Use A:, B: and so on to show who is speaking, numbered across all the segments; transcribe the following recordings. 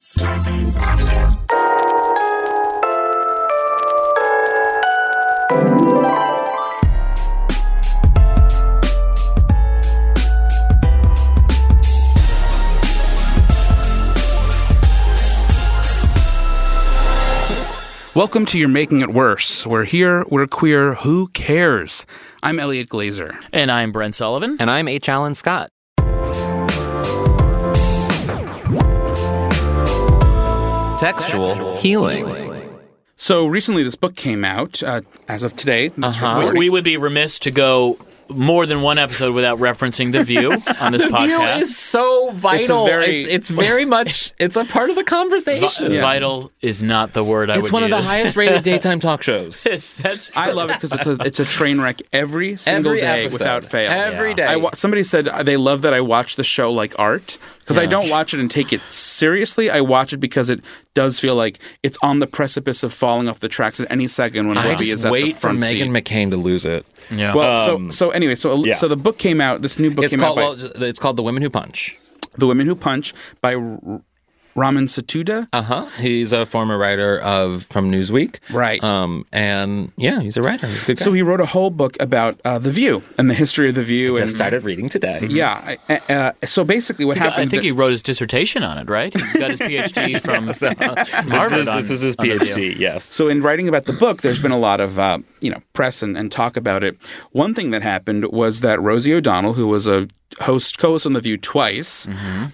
A: Scarpins Audio.
B: Welcome to You're Making It Worse. We're here, we're queer, who cares? I'm Elliot Glazer.
C: And I'm Brent Sullivan.
D: And I'm H. Allen Scott. Textual healing.
B: So recently this book came out, uh, as of today. this
C: Uh,
B: recording.
C: we would be remiss to go more than one episode without referencing The View on this
D: View
C: podcast.
D: is so vital. It's,
B: very-
D: it's, very much. It's a part of the conversation.
C: Vi- Vital is not the word I
D: It's
C: would
D: one of the
C: use.
D: highest rated daytime talk shows.
C: It's- that's
B: I love it because it's a, it's a train wreck every single
D: Every
B: day
D: episode.
B: without fail.
D: Every Yeah. day.
B: I wa- somebody said uh, they love that I watch the show like art because I don't watch it and take it seriously. I watch it because it does feel like it's on the precipice of falling off the tracks at any second when
D: I
B: Webby
D: just
B: is at the
D: wait for
B: front
D: Megan
B: seat.
D: McCain to lose it.
C: yeah.
B: well, so so anyway, so so the book came out. This new book
D: It's
B: came out
D: called.
B: by
D: Well, it's called The Women Who Punch.
B: The Women Who Punch by R- Raman Satuda.
D: Uh huh. He's a former writer of from Newsweek.
B: Uh-huh. Right.
D: Um. And yeah, he's a writer. He's a good guy.
B: So he wrote a whole book about uh, the View and the history of the View.
D: just
B: and
D: started reading today.
B: yeah. I- Uh, uh, so basically, what happened?
C: I think
B: that-
C: he wrote his dissertation on it, right? He got his PhD from Harvard. on- on The View.
E: yes.
B: so in writing about the book, there's been a lot of uh, you know press and, and talk about it. One thing that happened was that Rosie O'Donnell, who was a host co-host on the View twice,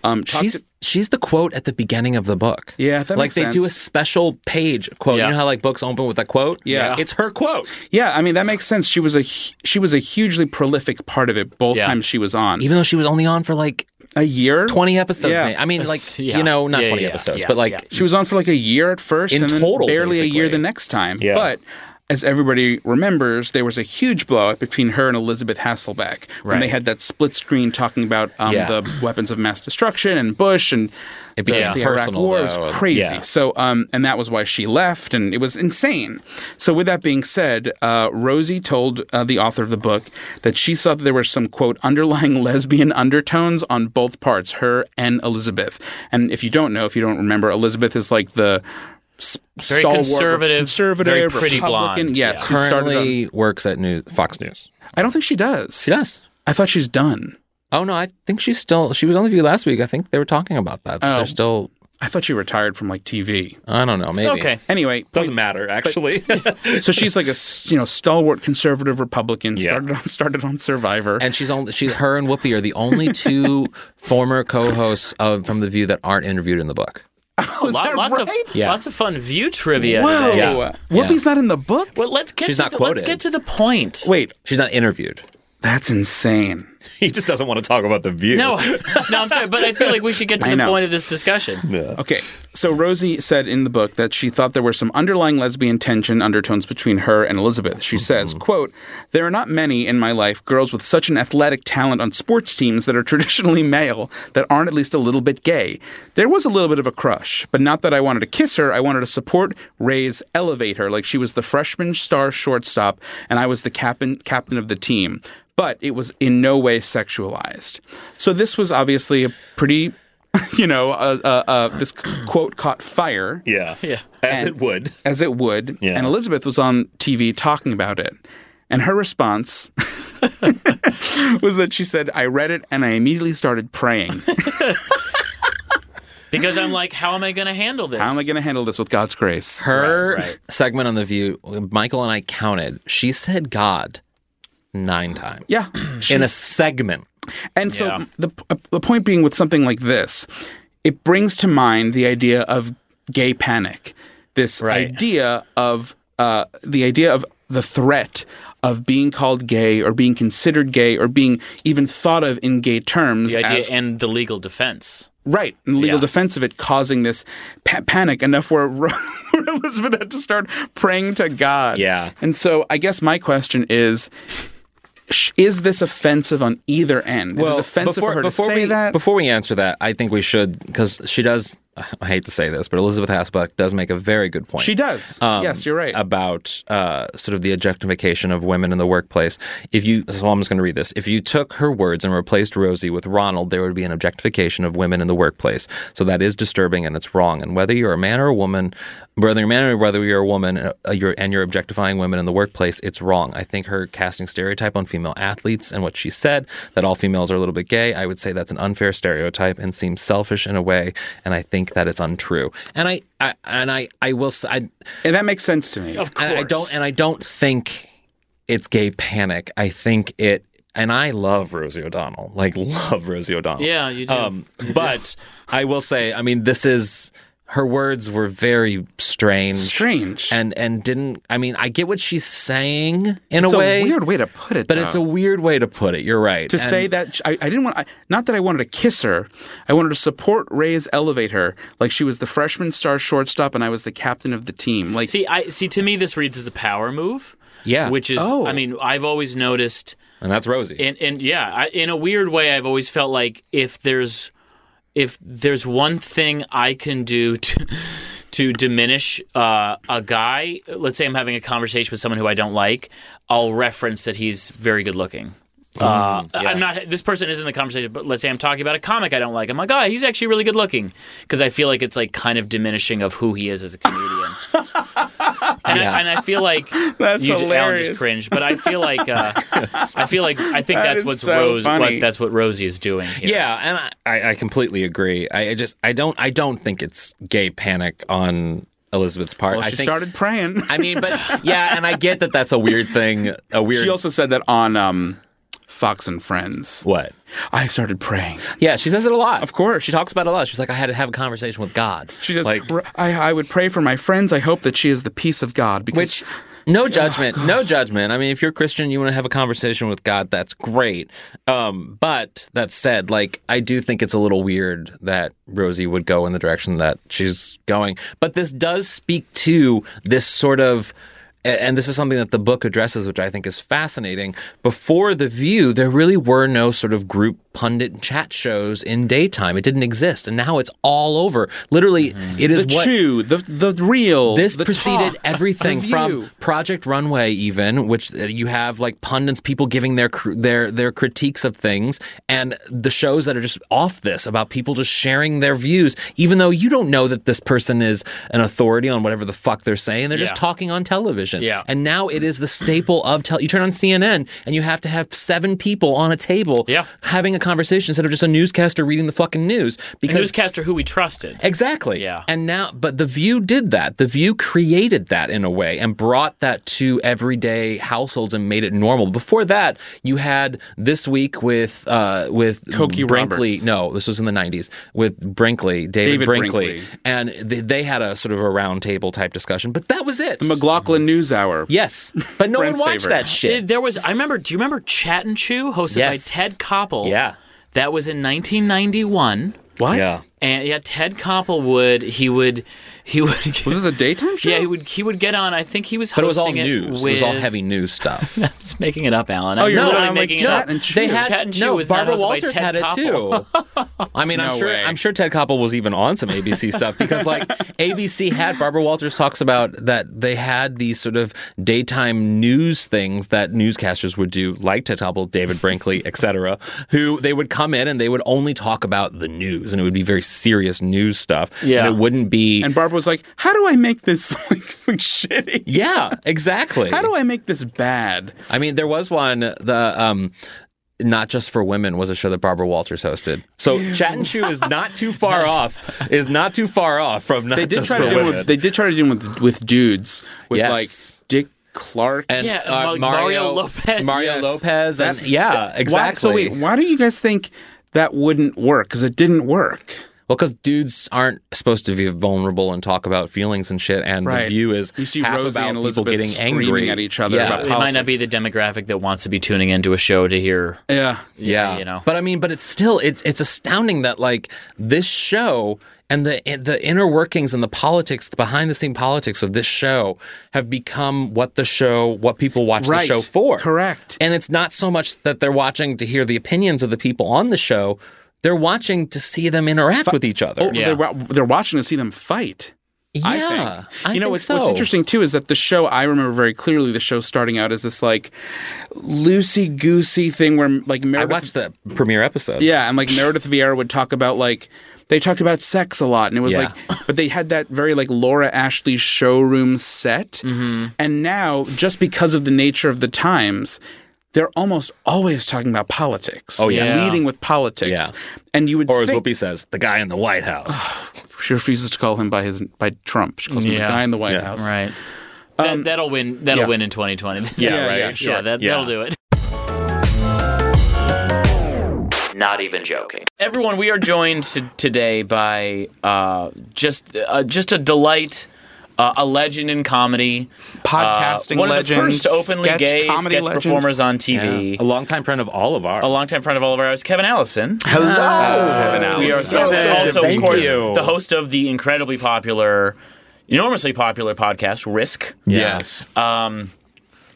B: um, talked
D: Mm-hmm. she's
B: to-
D: she's the quote at the beginning of the book.
B: Yeah, that
D: like
B: makes
D: they do a
B: sense.
D: special page quote.
C: Yeah.
D: You know how like books open with a quote.
B: Yeah.
D: it's her quote.
B: yeah. I mean, that makes sense. She was a hu- she was a hugely prolific part of it both
C: Yeah.
B: times she was on.
D: Even though she was only on for like
B: a year,
D: twenty episodes.
B: Yeah.
D: may- I mean, like
C: Yeah.
D: you know, not
C: Yeah,
D: twenty
C: yeah,
D: episodes,
C: yeah,
D: but like
C: yeah.
B: She was on for like a year at first,
D: In
B: and then
D: total,
B: barely a year
D: basically.
B: the next time.
E: Yeah.
B: But as everybody remembers, there was a huge blowup between her and Elizabeth Hasselbeck when
C: Right.
B: they had that split screen talking about um,
D: Yeah.
B: the weapons of mass destruction and Bush and
D: It
B: the,
D: became
B: the Iraq
D: personal,
B: War. It
D: though,
B: was
D: and-
B: crazy.
E: yeah.
B: So, um, and that was why she left, and it was insane. So, with that being said, uh, Rosie told uh, the author of the book that she saw that there were some quote underlying lesbian undertones on both parts, her and Elizabeth. And if you don't know, if you don't remember, Elizabeth is like the s-
C: Very
B: stalwart of
C: conservative,
B: conservative,
C: very pretty
B: Republican.
C: blonde,
B: Yes,
C: yeah.
B: who started. on-
D: currently works at New Fox News.
B: I don't think she does.
D: She does.
B: I thought she's done.
D: Oh no, I think she's still. She was on the View last week. I think they were talking about that.
B: Oh.
D: They're still.
B: I thought she retired from like TV.
D: I don't know. Maybe.
C: Okay.
B: Anyway,
E: Doesn't matter, actually.
B: so she's like a s- you know stalwart conservative Republican.
E: Yeah.
B: Started on started on Survivor.
D: And she's only she's her and Whoopi are the only two former co-hosts of from the View that aren't interviewed in the book.
C: Lot-
B: that
C: lots
B: right?
C: of
D: Yeah.
C: lots of fun view trivia.
B: Whoa.
C: Today.
B: Whoopi's not in the book?
C: Well, let's get
D: She's
C: to
D: not
C: the, Let's
D: quoted.
C: get to the point.
B: Wait,
D: She's not interviewed.
B: that's insane.
E: he just doesn't want to talk about the view.
C: No, no, I'm sorry, but I feel like we should get
B: I
C: to the
B: know.
C: point of this discussion.
B: Okay, so Rosie said in the book that she thought there were some underlying lesbian tension undertones between her and Elizabeth. She says, quote, There are not many in my life girls with such an athletic talent on sports teams that are traditionally male that aren't at least a little bit gay. There was a little bit of a crush, but not that I wanted to kiss her. I wanted to support, raise, elevate her. Like she was the freshman star shortstop, and I was the captain, captain of the team. But it was in no way sexualized. So this was obviously a pretty you know, uh, uh, uh, this quote caught fire,
E: Yeah.
C: Yeah.
E: As it would.
B: as it would.
E: Yeah.
B: And Elizabeth was on TV talking about it. And her response was that she said, I read it and I immediately started praying.
C: Because I'm like, how am I going to handle this?
B: How am I going to handle this with God's grace?
D: Her
C: right.
D: segment on the View, Michael and I counted. She said God nine times.
B: Yeah.
D: in a segment.
B: And so
C: Yeah.
B: the uh, the point being with something like this, it brings to mind the idea of gay panic, this
C: Right.
B: idea of uh, the idea of the threat of being called gay or being considered gay or being even thought of in gay terms
C: the idea
B: as
C: and the legal defense.
B: right and legal
C: Yeah.
B: defense of it causing this pa- panic enough where, where Elizabeth had to start praying to God.
E: Yeah.
B: And so I guess my question is. sh- Is this offensive on either end? is it offensive for her to say
D: we,
B: that?
D: Before we answer that, I think we should because she does I hate to say this, but Elizabeth Hasbuck does make a very good point.
B: She does.
D: um,
B: yes, you're right.
D: About uh, sort of the objectification of women in the workplace. If you, so I'm just going to read this. If you took her words and replaced Rosie with Ronald, there would be an objectification of women in the workplace. So that is disturbing and it's wrong. And whether you're a man or a woman, whether you're a man or whether you're a woman, uh, you're, and you're objectifying women in the workplace, it's wrong. I think her casting stereotype on female athletes and what she said that all females are a little bit gay, I would say that's an unfair stereotype and seems selfish in a way. And I think that it's untrue. And I, I and I, I will. s- I,
B: and that makes sense to me.
C: Of course.
D: and I don't and I don't think it's gay panic. I think it and I love Rosie O'Donnell. Like love Rosie O'Donnell.
C: Yeah, you do.
D: Um but I will say, I mean this is her words were very strange.
B: Strange.
D: And and didn't I mean I get what she's saying in
B: it's
D: a way.
B: a weird way to put it,
D: but
B: though.
D: it's a weird way to put it. You're right.
B: to say that sh- I, I didn't want I, not that I wanted to kiss her. I wanted to support Ray's elevate her like she was the freshman star shortstop and I was the captain of the team. Like
C: See, I see. To me, this reads as a power move.
D: Yeah.
C: which is,
B: Oh.
C: I mean, I've always noticed,
D: and that's Rosie.
C: and and yeah, I, in a weird way, I've always felt like if there's if there's one thing I can do to to diminish uh, a guy, let's say I'm having a conversation with someone who I don't like, I'll reference that he's very good looking.
B: Mm,
C: Uh, I'm not. This person is in the conversation, but let's say I'm talking about a comic I don't like. I'm like, oh, he's actually really good looking, because I feel like it's like kind of diminishing of who he is as a comedian. and, I, and I feel like
B: That's
C: you, Alan
B: hilarious.
C: just cringed, but I feel like uh, I feel like I think
B: That
C: that's
B: is
C: what's
B: so
C: Rose.
B: funny.
C: What, that's what Rosie is doing. Here.
D: Yeah, and I- I, I completely agree. I, I just I don't I don't think it's gay panic on Elizabeth's part.
B: well,
D: I
B: she
D: think
B: started praying.
D: I mean, but yeah, and I get that that's a weird thing. A weird
B: she also said that on um, Fox and Friends.
D: what?
B: I started praying.
D: Yeah, she says it a lot.
B: Of course.
D: she talks about it a lot. She's like, I had to have a conversation with God.
B: She says,
D: like,
B: "Br- I, I would pray for my friends. I hope that she is the peace of God. Because
D: which no judgment, no judgment. I mean, if you're a Christian, you want to have a conversation with God. That's great. Um, but that said, like, I do think it's a little weird that Rosie would go in the direction that she's going. But this does speak to this sort of. a- And this is something that the book addresses, which I think is fascinating. Before The View, there really were no sort of group pundit chat shows in daytime. It didn't exist. And now it's all over. Literally, it is
B: the
D: what
B: chew, the the real,
D: this
B: the
D: preceded
B: talk,
D: everything
B: the
D: from
B: view.
D: Project Runway, even which uh, you have like pundits, people giving their cr- their their critiques of things, and the shows that are just off this about people just sharing their views, even though you don't know that this person is an authority on whatever the fuck they're saying. They're just
C: Yeah.
D: talking on television,
C: Yeah.
D: And now it is the staple of tel. You turn on CNN and you have to have seven people on a table,
C: Yeah.
D: having a conversation instead of just a newscaster reading the fucking news
C: a
D: because
C: newscaster who we trusted.
D: Exactly.
C: Yeah.
D: And now, but The View did that. The View created that in a way and brought that to everyday households and made it normal. Before that, you had this week with uh, with
B: Cokie
D: Brinkley.
B: Roberts.
D: No, this was in the '90s with Brinkley, David,
B: David
D: Brinkley,
B: Brinkley.
D: and they, they had a sort of a roundtable type discussion. But that was it.
B: McLaughlin News Hour.
D: yes, but no one
B: Brent's
D: watched
B: favorite.
D: that shit.
C: There was. I remember. Do you remember Chat and Chew, hosted
D: Yes.
C: by Ted Koppel?
D: Yeah.
C: that was in 1991.
B: What?
E: Yeah.
C: And yeah, Ted Koppel would he would he would get,
B: Was this a daytime show?
C: yeah he would he would get on. I think he was
D: But
C: hosting
D: it was all
C: it
D: news.
C: With,
D: It was all heavy news stuff.
C: Just making it up, Alan.
B: Oh,
C: I'm
B: you're
C: really
B: right. I'm like,
C: making it
B: no,
C: up.
B: and Chew.
D: They had
C: Chat and Chew
D: no.
C: was not
D: Barbara
C: hosted by
D: Walters
C: Ted
D: had it too.
C: Koppel.
D: I mean, I'm
B: No
D: sure.
B: way.
D: I'm sure Ted Koppel was even on some ABC stuff because, like, ABC had Barbara Walters talks about that they had these sort of daytime news things that newscasters would do, like Ted Koppel, David Brinkley, etc. Who they would come in and they would only talk about the news, and it would be very serious news stuff.
C: Yeah.
D: and it wouldn't be.
B: And Barbara was like, "How do I make this like, shitty?
D: yeah, exactly.
B: How do I make this bad?"
D: I mean, there was one the um not just for women was a show that Barbara Walters hosted. So Chat and Chew is not too far off. Is not too far off from not
B: They did
D: just
B: try
D: for
B: to do it
D: women.
B: with, they did try to do it with with dudes with
D: Yes.
B: like Dick Clark
D: and
C: Yeah, Mar-
D: uh, Mario
C: Mario Lopez.
D: Mario
C: Yes.
D: Lopez, and yeah,
B: Why, so
D: exactly.
B: wait, why do you guys think that wouldn't work? Because it didn't work.
D: well, because dudes aren't supposed to be vulnerable and talk about feelings and shit, and the
B: Right.
D: view is
B: You see
D: half
B: Rosie
D: about
B: and
D: people
B: Elizabeth
D: getting
B: screaming
D: angry
B: at each other
D: Yeah.
B: about
C: It might not be the demographic that wants to be tuning into a show to hear.
B: Yeah.
D: yeah,
C: you know.
D: But I mean, but it's still it's it's astounding that like this show and the and the inner workings and the politics, the behind the scene politics of this show have become what the show, what people watch
B: Right.
D: the show for.
B: Correct.
D: And it's not so much that they're watching to hear the opinions of the people on the show. They're watching to see them interact with each other.
B: Oh,
C: Yeah.
B: they're, wa- they're watching to see them fight. I
D: yeah,
B: think.
D: I
B: you know,
D: think
B: what's,
D: so.
B: what's interesting too is that the show I remember very clearly the show starting out as this like loosey goosey thing where like
D: I
B: Meredith,
D: watched the premiere episode.
B: yeah, and like Meredith Vieira would talk about like they talked about sex a lot, and it was
D: Yeah.
B: like, but they had that very like Laura Ashley showroom set, and now just because of the nature of the times. They're almost always talking about politics. Oh
C: yeah.
B: leading with politics.
D: Yeah.
B: and you would
E: Or as
B: think
E: Whoopi says, the guy in the White House.
B: she refuses to call him by his by Trump. She calls him the
C: Yeah.
B: guy in the White
E: Yeah.
B: House.
C: Right. that, that'll win. That'll
B: Um, yeah.
C: win in 2020.
E: Yeah,
B: Yeah,
E: right.
B: yeah, sure.
C: Yeah, that,
E: Yeah.
C: that'll do it.
A: Not even joking.
C: Everyone, we are joined to, today by uh, just uh, just a delight, uh, a legend in comedy,
B: Podcasting
C: uh, one
B: legend,
C: of the first openly
B: sketch
C: gay
B: comedy
C: sketch
B: legend.
C: performers on TV.
D: Yeah. a long time friend of all of ours.
C: A longtime friend of all of ours, Kevin Allison. Uh,
B: Hello,
C: We
E: So
C: are so
E: good.
C: also,
E: Thank
C: of course,
E: you.
C: the host of the incredibly popular, enormously popular podcast Risk.
D: Yes, Um,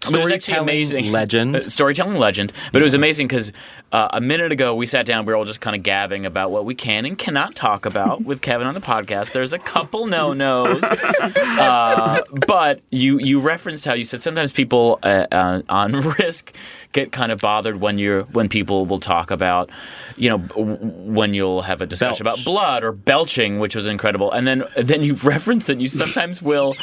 C: But it was actually
D: Storytelling
C: amazing.
D: legend.
C: Uh, storytelling legend. But it was amazing because uh, a minute ago we sat down. We were all just kind of gabbing about what we can and cannot talk about with Kevin on the podcast. There's a couple no nos, uh, but you you referenced how you said sometimes people uh, uh, on risk get kind of bothered when you're when people will talk about you know w- when you'll have a discussion
D: Belch.
C: about blood or belching, which was incredible. And then then you reference that you sometimes will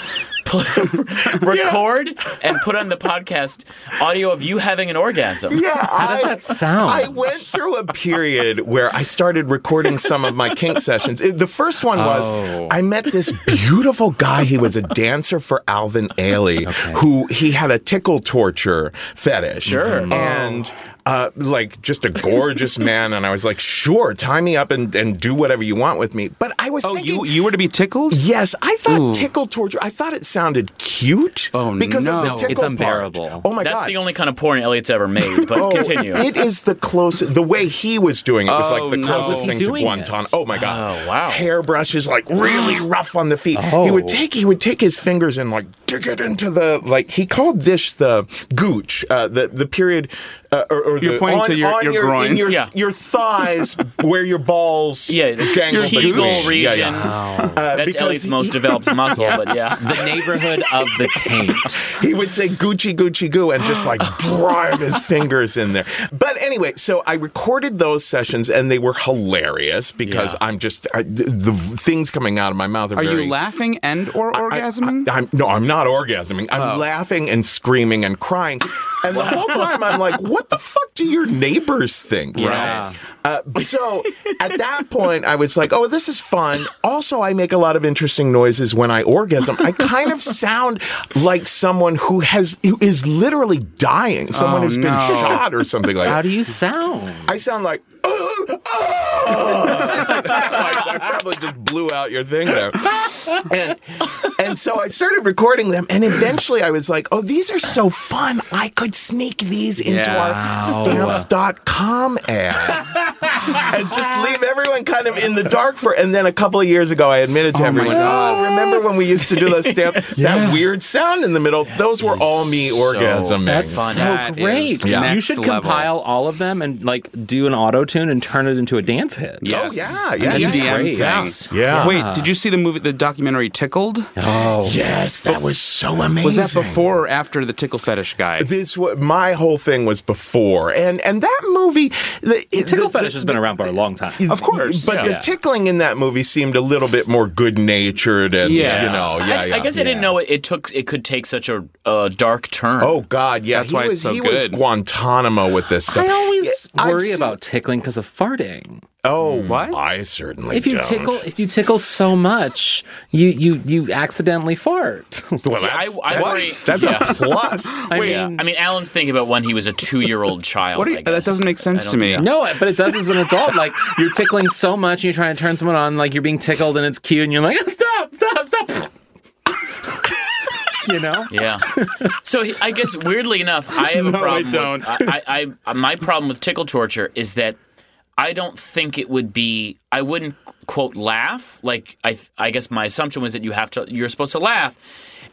C: pl- record and put on the podcast audio of you having an orgasm.
F: Yeah, Oh I,
D: that sound?
F: I went through a period where I started recording some of my kink sessions. It- The first one was
D: Oh.
F: I met this beautiful guy. He was a dancer for Alvin Ailey, who he had a tickle torture fetish. Sure.
E: Mm-hmm.
F: And uh, like just a gorgeous man. And I was like, sure, tie me up and, and do whatever you want with me. But I was
B: Oh,
F: thinking.
B: you you were to be tickled?
F: Yes, I thought tickle torture. I thought it sounded cute.
B: Oh,
F: because
B: no.
F: of the
B: It's
F: tickle part.
D: unbearable.
F: Oh my
C: That's
F: god!
C: the only kind of porn Elliot's ever made. But
F: Oh,
C: continue.
F: It is the closest. The way he was doing it was
B: Oh,
F: like the
B: no. How was
F: closest
B: he
F: thing to
D: doing
F: wonton.
D: it?
F: Oh my god!
C: Oh, wow.
F: Hairbrush is like really rough on the feet. He
B: Oh.
F: would take he would take his fingers and like dig it into the like he called this the gooch uh, the the period. Uh, or, or
B: You're
F: the,
B: pointing
F: on,
B: to your-
F: on
B: your
F: your,
B: groin.
F: in your,
C: Yeah.
F: your thighs where your balls
C: yeah,
F: dangle
C: your
F: between.
C: region.
F: Yeah, yeah. Uh,
C: That's
F: because
C: Elliot's
F: he-
C: most developed muscle, but yeah.
D: the neighborhood of the taint.
F: he would say Gucci Gucci Goo and just like drive his fingers in there. But anyway, so I recorded those sessions and they were hilarious because I'm just I, the, the things coming out of my mouth are,
B: Are
F: very.
B: you laughing and or orgasming?
F: I, oh, am no, I'm not orgasming. I'm
D: Oh.
F: laughing and screaming and crying, and the whole time I'm like, "What the fuck do your neighbors think?"
D: Yeah.
F: Right. Uh, so at that point, I was like, "Oh, this is fun." Also, I make a lot of interesting noises when I orgasm. I kind of sound like someone who has who is literally dying, someone
B: Oh,
F: who's been
B: no.
F: shot or something like
D: How
F: that.
D: do you sound?
F: I sound like. "Ugh, ah!" I, I probably just blew out your thing there. And, and so I started recording them, and eventually I was like, oh, these are so fun. I could sneak these into our stamps.com ads and just leave everyone kind of in the dark for. And then a couple of years ago, I admitted to
B: my
F: everyone,
B: God.
F: oh, remember when we used to do the stamp, that weird sound in the middle? Those were all me orgasming.
C: funny.
D: So
B: That
D: great.
B: is
D: You
B: next
D: should
B: level.
D: compile all of them and like do an auto tune and turn it into a dance hit.
B: Yes.
F: Oh, yeah, yeah,
B: An
F: yeah,
B: EDM
D: great.
B: thing.
D: Yes.
F: Yeah.
B: Wait, did you see the movie, the documentary Tickled?
D: Oh.
F: Yes, that was so amazing.
B: Was that before or after the tickle fetish guy?
F: This wa- my whole thing was before, and and that movie, the, it-
D: Tickle
F: the-
D: fetish
F: the-
D: has been around for a long time.
F: Of course, but
D: Yeah.
F: the tickling in that movie seemed a little bit more good natured, and
B: Yeah.
F: you know, yeah,
C: I,
F: yeah.
C: I guess I didn't know it, it took it could take such a uh, dark turn.
F: Oh God, yeah,
B: That's
F: he
B: why it's
F: was
B: so
F: he
B: good.
F: was Guantanamo with this stuff.
D: I always
F: Yeah, I've
D: worry
F: seen-
D: about tickling because of farting.
F: Oh,
B: What?
F: I certainly
D: If you
F: don't.
D: tickle, if you tickle so much, you you you accidentally fart.
F: well,
C: See,
F: that's,
C: I- I
F: that's-
C: worry-
F: that's
C: yeah.
F: a plus.
D: I
C: Wait,
D: mean-
C: I mean, Alan's thinking about when he was a two-year-old child.
B: What are
C: I
B: you,
C: guess.
B: that doesn't make sense
C: I
B: to
C: don't
B: me.
D: No, but it does as an adult. Like you're tickling so much, and you're trying to turn someone on. Like you're being tickled, and it's cute, and you're like, stop, stop, stop. you know,
C: Yeah. So he- I guess weirdly enough, I have a problem.
B: don't.
C: With, I, I, I, my problem with tickle torture is that I don't think it would be. I wouldn't quote laugh. Like I, I guess my assumption was that you have to. You're supposed to laugh,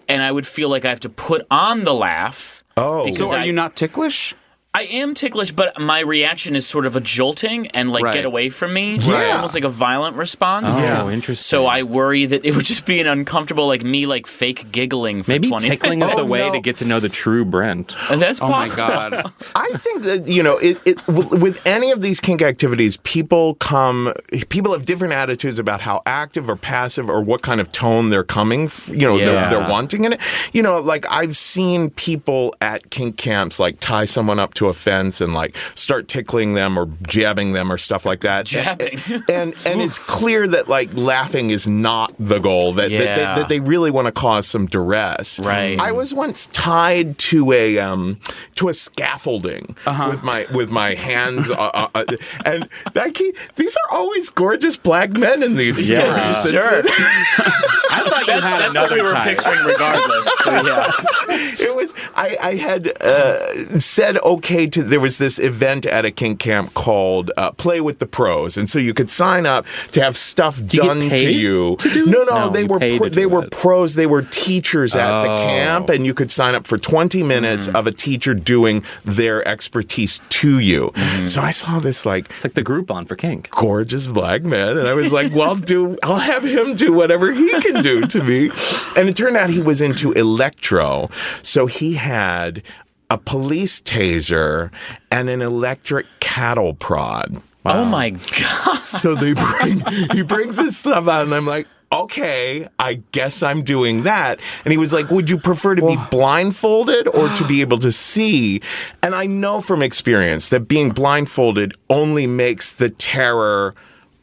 C: and I would feel like I have to put on the laugh.
F: Oh.
B: So
C: because
B: are
C: I-
B: you not ticklish?
C: I am ticklish, but my reaction is sort of a jolting and like
F: Right.
C: get away from me,
F: Yeah.
C: almost like a violent response.
D: Oh,
F: Yeah.
D: interesting.
C: So I worry that it would just be an uncomfortable, like me, like fake giggling for
D: maybe
C: 20
D: tickling is the
F: Oh,
D: way
F: no.
D: to get to know the true Brent.
C: That's
B: Oh my
C: possible.
B: god.
F: I think that you know, it, it w- with any of these kink activities, people come, people have different attitudes about how active or passive or what kind of tone they're coming, f- you know,
D: Yeah.
F: they're, they're wanting in it. You know, like I've seen people at kink camps like tie someone up to a fence and like start tickling them or jabbing them or stuff like that.
C: Jabbing.
F: and and it's clear that like laughing is not the goal. That that,
C: Yeah.
F: that, that they really want to cause some duress.
C: Right.
F: I was once tied to a um to a scaffolding
C: Uh-huh.
F: with my with my hands, uh, uh, uh, and that key, these are always gorgeous black men in these
D: Yeah.
F: stories. It's-
C: Sure.
D: I thought you had
C: That's what we were picturing regardless. So yeah.
F: it was I, I had uh, said okay to there was this event at a kink camp called uh, Play with the Pros, and so you could sign up to have stuff
D: you get
F: done to
D: paid
F: you.
D: to do it?
F: no, no,
D: No,
F: they
D: you
F: were
D: paid
F: pro-
D: to
F: they
D: do
F: were
D: it. Oh.
F: pros. They were teachers at the camp, and you could sign up for twenty minutes
D: Hmm.
F: of a teacher doing their expertise to you.
D: Hmm.
F: So I saw this like
D: It's like the Groupon for kink.
F: gorgeous black man and i was like well I'll do i'll have him do whatever he can do to me and it turned out he was into electro so he had a police taser and an electric cattle prod
C: Oh my god.
F: so they bring he brings this stuff out and i'm like okay i guess i'm doing that and he was like would you prefer to be blindfolded or to be able to see and i know from experience that being blindfolded only makes the terror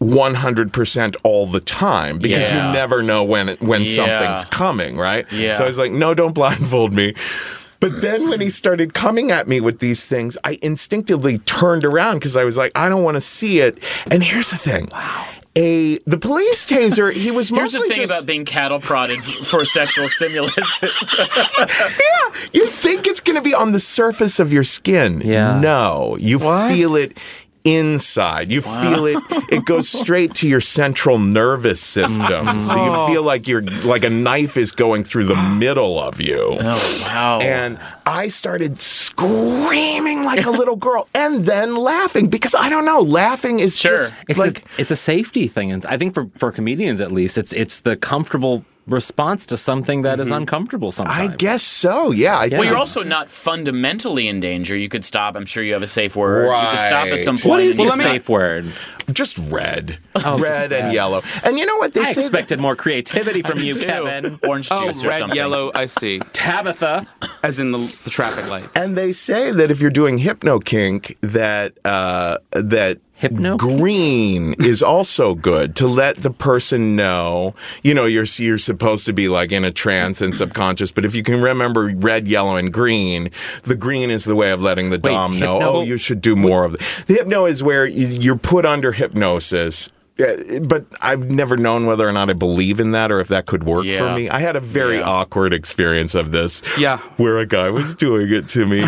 F: 100% all the time because
C: Yeah.
F: you never know when it, when
C: Yeah.
F: something's coming right
C: Yeah.
F: so i was like no don't blindfold me but then when he started coming at me with these things, I instinctively turned around because I was like, I don't want to see it. And here's the thing. Wow. A the police taser, he was
C: Here's the
F: mostly
C: thing
F: just,
C: about being cattle prodded for sexual stimulus.
F: you think it's going to be on the surface of your skin.
D: Yeah.
F: No, you feel it inside. You feel it. It goes straight to your central nervous system. so you feel like you're like a knife is going through the middle of you.
C: oh wow.
F: And I started screaming like a little girl and then laughing because I don't know, laughing is
C: Sure.
F: just
D: It's
F: like
D: a, it's a safety thing, and I think for for comedians at least, it's it's the comfortable response to something that is uncomfortable.
F: Mm-hmm. I
D: Sometimes
F: guess so. Yeah, I think
C: well, you're
F: it's-
C: also not fundamentally in danger. You could stop. I'm sure you have a safe word. You could stop at
F: Right.
C: some point.
D: What is
C: and
D: your
C: you say-
D: safe word?
F: just red, red and yellow. And you know what they
D: I
F: say? that-
D: expected more creativity from you,
C: too.
D: Kevin.
C: Orange juice
B: Oh,
C: or
B: red,
C: something.
B: yellow. I see.
D: Tabitha.
B: As in the, the traffic lights.
F: and they say that if you're doing hypno kink, that uh, that
D: Hypno kink?
F: green is also good to let the person know. You know, you're you're supposed to be like in a trance and subconscious, but if you can remember red, yellow, and green, the green is the way of letting the dom know.
D: hypno-
F: Oh, you should do more of it. The hypno is where you- you're put under hypnosis. Yeah, But I've never known whether or not I believe in that or if that could work
C: Yeah.
F: for me. I had a very
C: Yeah.
F: awkward experience of this.
B: Yeah.
F: Where a guy was doing it to me.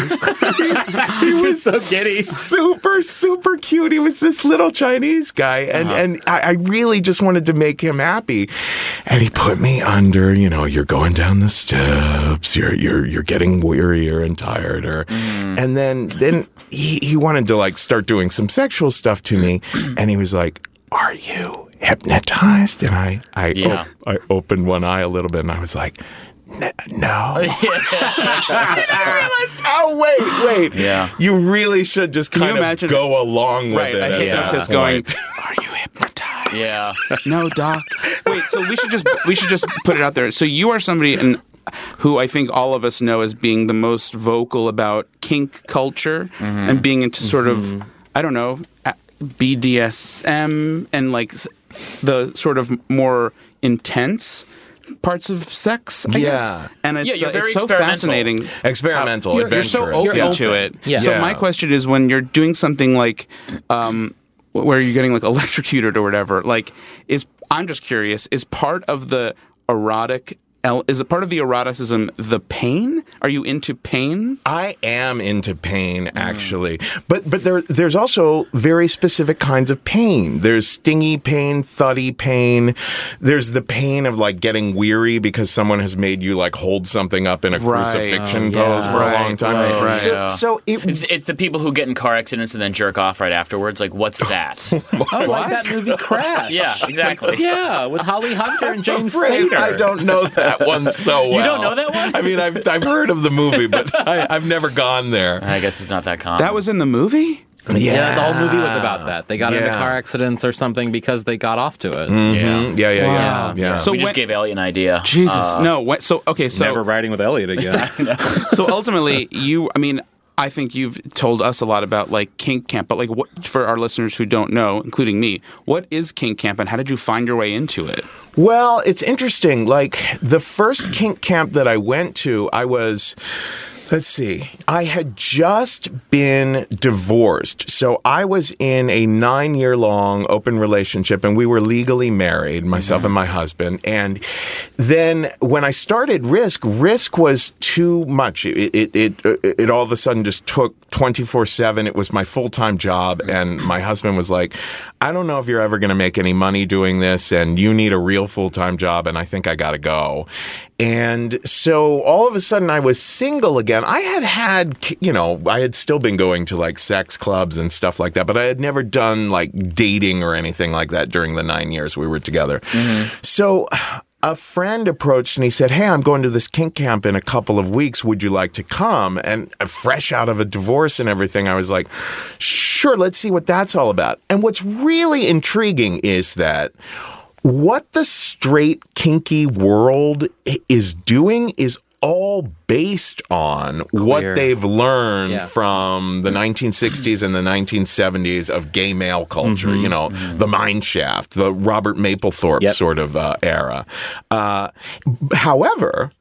D: He was so giddy.
F: super, super cute. He was this little Chinese guy. And
D: Uh-huh.
F: and I, I really just wanted to make him happy. And he put me under, you know, you're going down the steps, you're you're you're getting wearier and tireder.
D: Mm.
F: And then then he, he wanted to like start doing some sexual stuff to me. And he was like, Are you hypnotized? And I I,
C: Yeah.
F: op- I opened one eye a little bit and I was like, "N- no. I realized, oh wait, wait.
C: Yeah.
F: You really should just
B: you
F: kind of
B: imagine-
F: go along with
B: Right,
F: it.
B: a
F: at that
B: hypnotist going,
F: point.
B: "Are you hypnotized?"
C: Yeah.
B: No, doc. Wait, so we should just we should just put it out there. So you are somebody and who I think all of us know as being the most vocal about kink culture
C: Mm-hmm.
B: and being into sort of I don't know a- BDSM and like s- the sort of more intense parts of sex. I
F: Yeah.
B: guess. and it's,
C: Yeah, you're
B: uh,
C: very
B: it's so
C: experimental.
B: fascinating.
F: Uh, experimental,
B: You're, you're so
F: adventurous.
B: open
F: yeah.
B: to it.
D: Yeah.
B: So
F: Yeah.
B: my question is, when you're doing something like, um, wh- where you're getting like electrocuted or whatever, like, is I'm just curious, is part of the erotic el- is a part of the eroticism the pain? Are you into pain?
F: I am into pain
B: Mm.
F: actually. But but there there's also very specific kinds of pain. There's stingy pain, thuddy pain. There's the pain of like getting weary because someone has made you like hold something up in a
B: Right.
F: crucifixion
C: Oh, yeah.
F: pose for a long time.
B: right, right.
F: so
B: Yeah.
F: so it
C: It's, it's the people who get in car accidents and then jerk off right afterwards. Like, what's that?
D: Oh, like that movie Crash.
C: yeah, exactly.
D: Yeah, with Holly Hunter and James
F: Afraid
D: Spader.
F: I don't know that one so well.
C: You don't know that one?
F: I mean, I've, I've heard of the movie, but I, I've never gone there.
C: I guess it's not that common.
B: That was in the movie?
D: Yeah. the whole movie was about that. They got into
F: Yeah.
D: car accidents or something because they got off to it.
F: Mhm. Yeah, yeah, yeah.
D: Wow.
F: yeah.
B: So
C: Uh, we
B: when-
C: just gave Elliot an idea.
B: Jesus. no, what, so okay, so
D: Uh, Never riding with Elliot again.
B: so ultimately you I mean I think you've told us a lot about like kink camp, but like what for our listeners who don't know, including me, what is kink camp and how did you find your way into it?
F: Well, it's interesting. Like the first kink camp that I went to, I was. Let's see. I had just been divorced. So I was in a nine year long open relationship and we were legally married, myself and my husband. And then when I started Risk, Risk was too much. It, it, it, it all of a sudden just took 24 7. It was my full time job. And my husband was like, I don't know if you're ever going to make any money doing this, and you need a real full time job, and I think I got to go. And so all of a sudden, I was single again. I had had, you know, I had still been going to like sex clubs and stuff like that, but I had never done like dating or anything like that during the nine years we were together. So a friend approached and he said, Hey, I'm going to this kink camp in a couple of weeks. Would you like to come? And uh, fresh out of a divorce and everything, I was like, Sure, let's see what that's all about. And what's really intriguing is that what the straight, kinky world i- is doing is all based on what they've learned
D: Yeah.
F: from the 1960s and the 1970s of gay male culture,
B: Mm-hmm.
F: you know, the mine shaft, the Robert Mapplethorpe
D: Yep.
F: sort of uh, era. Uh, however,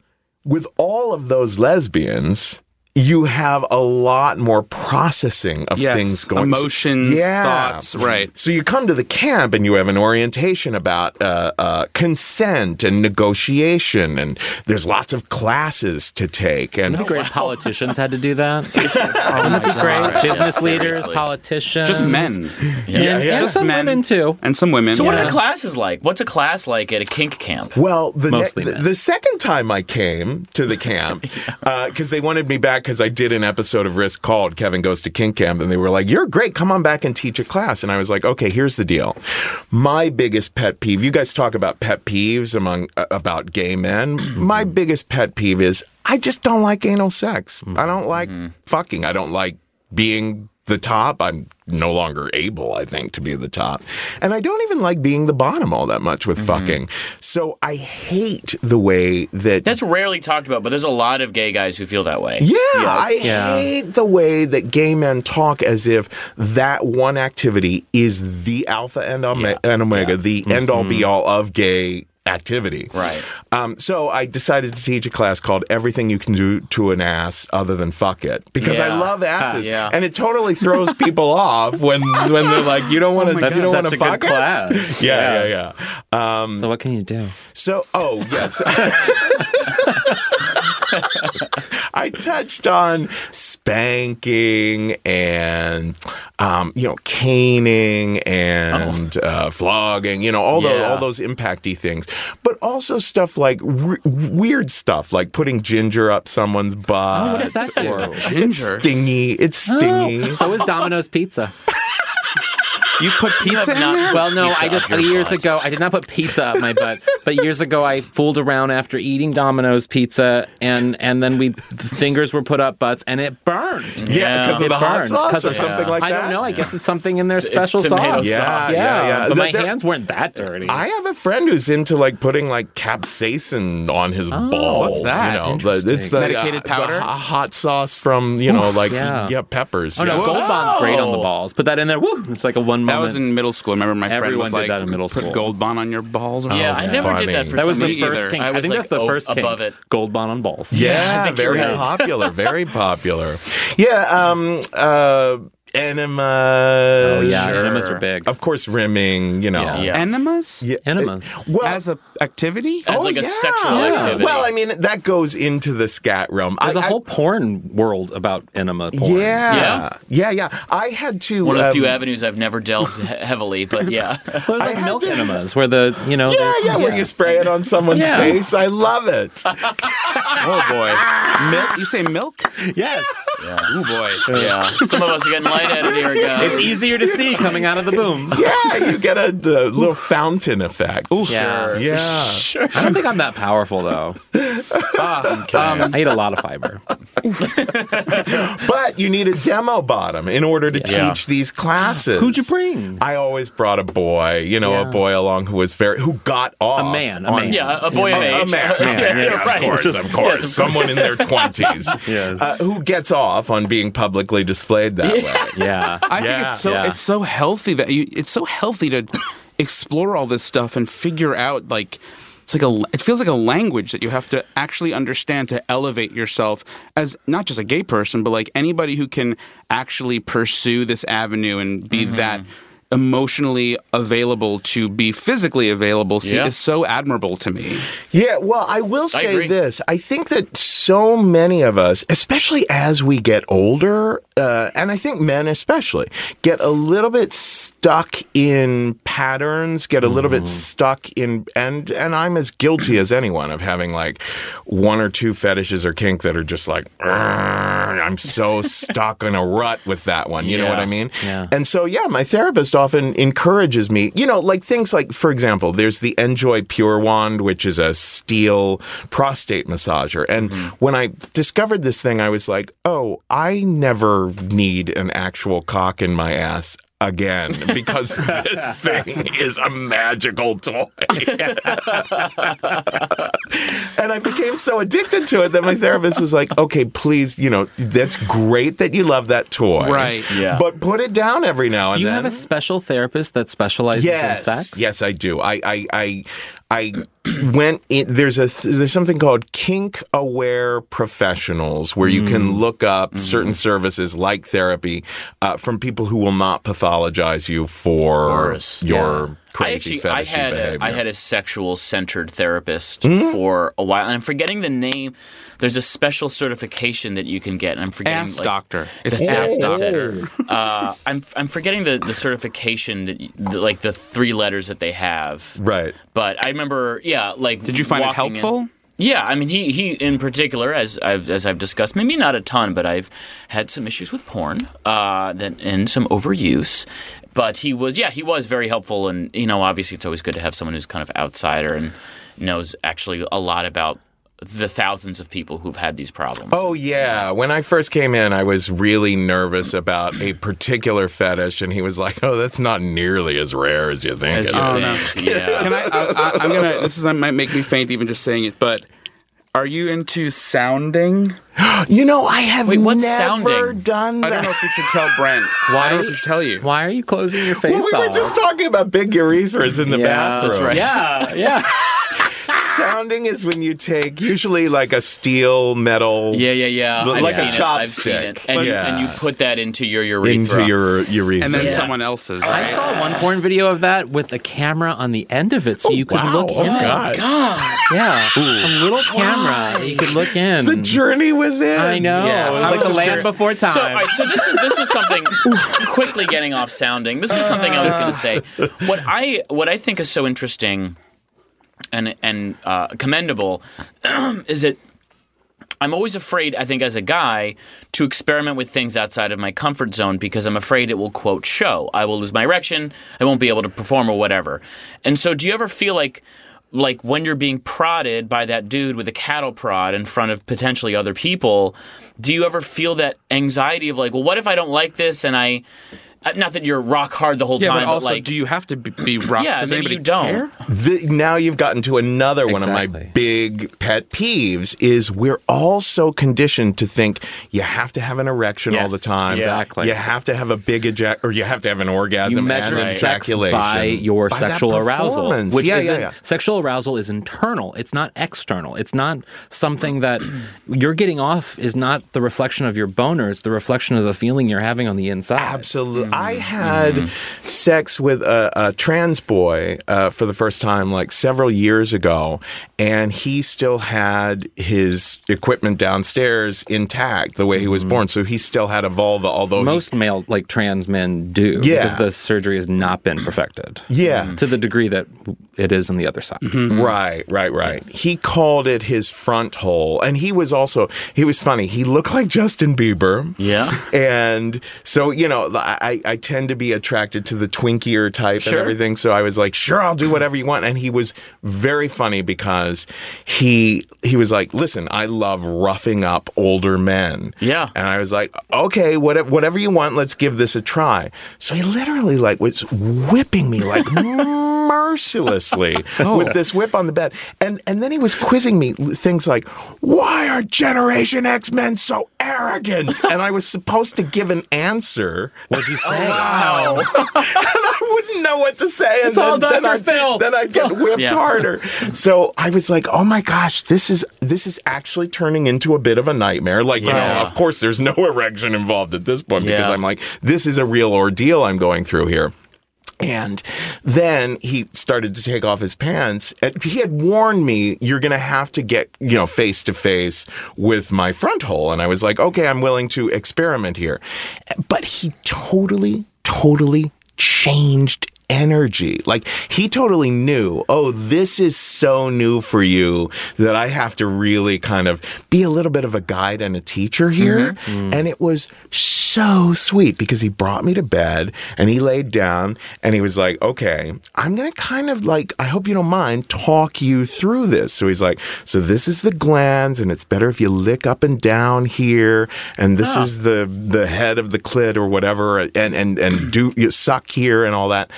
F: with all of those lesbians, you have a lot more processing of
B: Yes,
F: things going
B: emotions,
F: Yeah.
B: thoughts, right.
F: So you come to the camp and you have an orientation about uh, uh, consent and negotiation, and there's lots of classes to take. And
D: It'd be great if politicians had to do that. Oh Wouldn't it be great? Business
C: Yeah,
D: leaders,
C: seriously.
D: politicians.
B: Just men.
D: Yeah, yeah,
F: yeah.
D: some
B: men
D: women too.
B: And some Uh, women.
C: So what
B: yeah.
C: are the classes like? What's a class like at a kink camp?
F: Well, the, ne-
D: Mostly
F: the,
D: men.
F: the second time I came to the camp, because they wanted me back because I did an episode of Risk called Kevin Goes to Kink Camp, and they were like, You're great. Come on back and teach a class. And I was like, Okay, here's the deal. My biggest pet peeve, you guys talk about pet peeves among uh, about gay men. My biggest pet peeve is I just don't like anal sex. I don't like
D: Mm-hmm.
F: fucking. I don't like being the top. I'm no longer able, I think, to be the top. And I don't even like being the bottom all that much with
C: Mm-hmm.
F: fucking. So I hate the way that.
C: That's rarely talked about, but there's a lot of gay guys who feel that way.
F: yeah, I
D: yeah.
F: hate the way that gay men talk as if that one activity is the alpha and, ome- and omega, the end all be all of gay activity.
C: Mm-hmm. Right.
F: Um, so I decided to teach a class called Everything You Can Do to an Ass Other Than Fuck It because I
C: Yeah.
F: love asses
C: Yeah.
F: and it totally throws people off when when they're like you don't want to
D: That's
F: you don't want
D: Oh such
F: to
D: a
F: fuck
D: good
F: it?
D: class.
F: Yeah, yeah, yeah. Um,
D: So what can you do?
F: so, oh yes. I touched on spanking and um, you know caning and
D: Oh.
F: uh, flogging, you know all those
C: Yeah.
F: all those impacty things, but also stuff like w- weird stuff like putting ginger up someone's butt.
D: Oh, what does that do? Oh.
F: or-
B: Ginger?
F: It's stingy. It's stingy.
B: Mm-hmm.
D: So is Domino's Pizza.
B: you put pizza in
C: Not-
B: there?
D: Well, no,
C: Pizza
D: I just
C: up your
D: years
C: butt.
D: ago I did not put pizza up my butt, but years ago I fooled around after eating Domino's pizza, and and then we fingers were put up butts, and it burned.
F: yeah,
C: Yeah.
F: because
D: It
F: of the hot
D: burned,
F: sauce
D: 'cause
F: or
D: of-
F: something like
D: I
F: that.
D: don't know. I guess it's something in their special
C: tomato
D: sauce.
C: sauce.
F: Yeah, yeah, yeah.
D: But my
F: Th- th-
D: hands weren't that dirty.
F: I have a friend who's into like putting like capsaicin on
D: Oh,
F: his balls.
B: that?
F: You know, the, it's the
B: Medicated
F: uh,
B: powder?
F: the ho- hot sauce from you know, like yeah,
D: Yeah.
F: peppers.
D: Oh no,
F: yeah.
D: Gold Bond's great on the balls. Put that in there. Whoop! It's like a one
B: that
D: moment.
B: was in middle school. I remember my friend
D: Everyone
B: was
D: did
B: like
D: that in middle
B: put
D: school.
B: gold bond on your balls. or
C: Yeah, I
B: whatever.
C: never
F: funny.
C: did that for
D: that was
C: some
D: the
C: reason.
D: first
B: either.
D: kink.
C: I
D: I,
C: was
D: think
C: like,
D: that's the
C: oh,
D: first kink.
C: above it.
D: Gold bond on balls.
F: Yeah, very popular, very popular. Yeah, um, uh, enema.
D: Oh, yeah,
B: Sure.
D: enemas are big.
F: Of course, rimming, you know.
D: Yeah.
C: Yeah.
B: Enemas?
F: Yeah,
D: Enemas.
F: it- Well, oh,
B: As a activity?
C: As like a sexual activity.
F: Well, I mean, that goes into the scat realm.
D: There's
F: a
D: a whole porn world about enema porn.
F: Yeah, yeah, yeah, I had to
C: One of the few
F: um,
C: avenues I've never delved he- heavily, but yeah.
D: There's like
F: had
D: milk
F: to-
D: enemas where the, you know.
F: Yeah,
D: they're-
F: yeah, where you spray it on someone's
D: Yeah.
F: face. I love it.
B: Oh boy. milk? You say milk?
D: Yes.
B: Oh boy.
C: yeah. Some of us are getting lightheaded here, guys.
D: It's easier to see coming out of the boom.
F: Yeah, you get a the little fountain effect.
D: Yeah.
F: Yeah.
D: I don't think I'm that powerful, though. Um, I eat a lot of fiber.
F: But you need a demo bottom in order to
C: Yeah.
F: teach these classes.
D: Who'd you bring?
F: I always brought a boy, you know,
D: Yeah.
F: a boy along who was very who got off.
D: A man, a
F: on-
D: man.
C: Yeah, a boy of
F: A
C: age.
F: man,
C: Yeah,
F: yes,
C: right.
F: of course, of course, someone in their twenties, uh, who gets off on being publicly displayed that way.
D: Yeah.
B: I think
F: Yeah.
B: it's so
D: Yeah.
B: it's so healthy that you it's so healthy to explore all this stuff and figure out like it's like a it feels like a language that you have to actually understand to elevate yourself as not just a gay person but like anybody who can actually pursue this avenue and be
C: Mm-hmm.
B: that emotionally available to be physically available see,
C: Yeah.
B: is so admirable to me.
F: Yeah, well, I will say
C: agree.
F: this. I think that so many of us, especially as we get older, uh, and I think men especially, get a little bit stuck in patterns, get a little bit stuck in, and and I'm as guilty as anyone of having like one or two fetishes or kink that are just like, "Argh, I'm so stuck in a rut with that one. You know what I mean?
D: Yeah.
F: And so, yeah, my therapist often encourages me, you know, like things like, for example, there's the Enjoy Pure Wand, which is a steel prostate massager. And when I discovered this thing, I was like, oh, I never need an actual cock in my ass again because this thing is a magical toy. and I became so addicted to it that my therapist was like, okay, please, you know, that's great that you love that toy.
B: Right.
C: Yeah.
F: But put it down every now and
D: Do you
F: then.
D: have a special therapist that specializes
F: yes.
D: in sex?
F: Yes, I do. I I I, I went in there's a there's something called kink aware professionals where you can
C: Mm.
F: look up certain services like therapy uh, from people who will not pathologize you for
C: course.
F: your
C: I
F: crazy
C: actually,
F: fetishy
C: I had,
F: behavior.
C: a, I had a sexual centered therapist for a while, and I'm forgetting the name. There's a special certification that you can get, and I'm forgetting.
B: Ass
C: like-
B: doctor. It's
C: That's
B: ass
C: it, that's
B: doctor.
C: it. Uh, I'm I'm forgetting the, the certification that you- the, like the three letters that they have.
F: right.
C: But I remember, yeah, like
B: Did you find it
C: walking in-
B: helpful?
C: Yeah, I mean, he he in particular, as I've as I've discussed, maybe not a ton, but I've had some issues with porn, uh, that and some overuse. But he was, yeah, he was very helpful, and you know, obviously, it's always good to have someone who's kind of outsider and knows actually a lot about the thousands of people who've had these problems.
F: Oh yeah. When I first came in, I was really nervous about a particular fetish, and he was like, "Oh, that's not nearly as rare as you think."
C: As
F: it
C: you
F: is."
C: think, yeah.
B: Can I, I, I? I'm gonna. This is might make me faint even just saying it, but are you into sounding?
F: You know, I have
C: Wait, what's
F: never
C: sounding?
F: done
B: I
F: that.
B: don't know if we should tell Brent. I don't know if we should tell you.
D: Why are you closing your face
F: Well, we were
D: off?
F: just talking about big urethras in the
D: Yeah, that's
F: bathroom.
C: right.
D: yeah, yeah.
F: Sounding is when you take usually like a steel metal
C: Yeah, yeah, yeah.
F: But
C: I've
F: like a
C: seen it. I've seen
F: chopstick.
C: it. And, you,
F: Yeah.
C: and you put that into your urethra.
F: into your urethra.
B: And then
C: Yeah.
B: someone else's.
D: I
B: Right?
D: saw one porn video of that with a camera on the end of it, so you could
F: wow.
D: look
F: oh
D: in.
F: gosh.
D: Yeah, a little camera that you could look in.
F: The journey within.
D: I know. it was
B: I'm
D: like the
B: just
D: land
B: curious.
D: before time.
C: So, all right, so this is this was something quickly getting off sounding. This was something I was going to say. What I what I think is so interesting and and uh, commendable is that I'm always afraid. I think as a guy to experiment with things outside of my comfort zone because I'm afraid it will quote show. I will lose my erection. I won't be able to perform or whatever. And so, do you ever feel like like when you're being prodded by that dude with a cattle prod in front of potentially other people, do you ever feel that anxiety of like, well, what if I don't like this and I uh, not that you're rock hard the whole
B: Yeah,
C: time,
B: but also,
C: like
B: do you have to be, be rough?
C: Yeah,
B: Does
C: maybe
B: anybody
C: you don't.
B: care?
F: The, now you've gotten to another one of my
D: Exactly.
F: big pet peeves is we're all so conditioned to think you have to have an erection all
C: Yes,
F: the time.
D: exactly.
F: You have to have a big ejac or you have to have an orgasm
D: you measure
F: and an
D: sex
F: ejaculation
D: by your
F: By that
D: sexual arousal,
F: performance.
D: which
F: yeah,
D: isn't
F: yeah, yeah.
D: sexual arousal is internal. It's not external. It's not something that you're getting off is not the reflection of your boner. It's the reflection of the feeling you're having on the inside.
F: Absolutely. I had sex with a, a trans boy uh, for the first time like several years ago, and he still had his equipment downstairs intact the way he was born. So he still had a vulva, although he
D: Most male, like trans men, do
F: Yeah.
D: because the surgery has not been perfected.
F: Yeah.
D: to the degree that it is on the other side.
F: Mm-hmm. Right, right, right. He called it his front hole. And he was also, he was funny. He looked like Justin Bieber.
C: Yeah.
F: And so, you know, I, I tend to be attracted to the twinkier type and everything. So I was like, sure, I'll do whatever you want. And he was very funny because he, he was like, listen, I love roughing up older men.
C: Yeah.
F: And I was like, okay, whatever, whatever you want, let's give this a try. So he literally like was whipping me like mercilessly
C: Oh.
F: with this whip on the bed, and and then he was quizzing me l- things like, why are Generation X men so arrogant? And I was supposed to give an answer. Oh,
D: What'd you say?
F: and I wouldn't know what to say. And
C: It's all
F: then, then
C: Dr.
F: I'd-
C: Phil.
F: Then I'd get whipped
C: Yeah.
F: harder. So I was like, oh my gosh, this is this is actually turning into a bit of a nightmare. Like, you know, of course there's no erection involved at this point because
C: Yeah.
F: I'm like, this is a real ordeal I'm going through here. And then he started to take off his pants. And he had warned me, you're going to have to get, you know, face to face with my front hole. And I was like, okay, I'm willing to experiment here. But he totally, totally changed energy. Like he totally knew, oh, this is so new for you that I have to really kind of be a little bit of a guide and a teacher here. And it was so sweet because he brought me to bed and he laid down and he was like, okay, I'm going to kind of like, I hope you don't mind, talk you through this. So he's like, so this is the glands and it's better if you lick up and down here. And this is the, the head of the clit or whatever. And, and, and do you suck here and all that.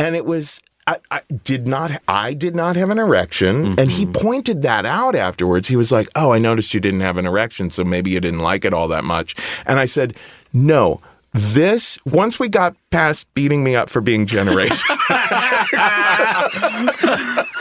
F: And it was, I, I did not I did not have an erection and he
D: Mm-hmm.
F: pointed that out afterwards. He was like, "Oh, I noticed you didn't have an erection, so maybe you didn't like it all that much." And I said, "No, this once we got past beating me up for being generation,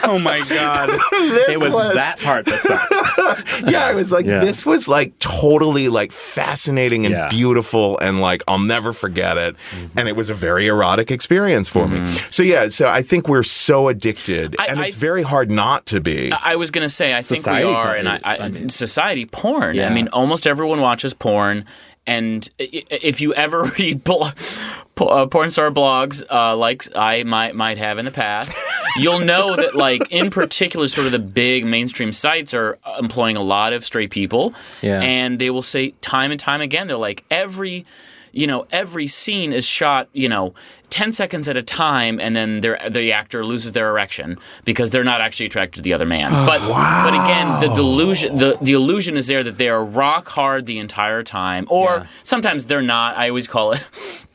B: Oh my god.
F: this
D: It was that part that sucked.
F: yeah, I was like,
D: Yeah.
F: this was like totally like fascinating and
D: Yeah. Mm-hmm.
F: beautiful, and like I'll never forget it. And it was a very erotic experience for me. So yeah, so I think we're so addicted,
C: I-
F: and
C: I-
F: it's very hard not to be.
C: I was gonna say, I think
D: Society
C: we are,
D: can
C: and I,
D: be-
C: I,
D: I mean-
C: society porn. I
D: Yeah.
C: mean, almost everyone watches porn, and i- i- if you ever read blo- po- uh, porn star blogs, uh, like I might might have in the past, you'll know that, like in particular, sort of the big mainstream sites are employing a lot of straight people,
D: Yeah.
C: and they will say time and time again, they're like every. You know, every scene is shot, you know, 10 seconds at a time, and then their, the actor loses their erection because they're not actually attracted to the other man.
F: Oh,
C: But but again, the delusion, the, the illusion is there that they are rock hard the entire time, or
D: Yeah.
C: sometimes they're not. I always call it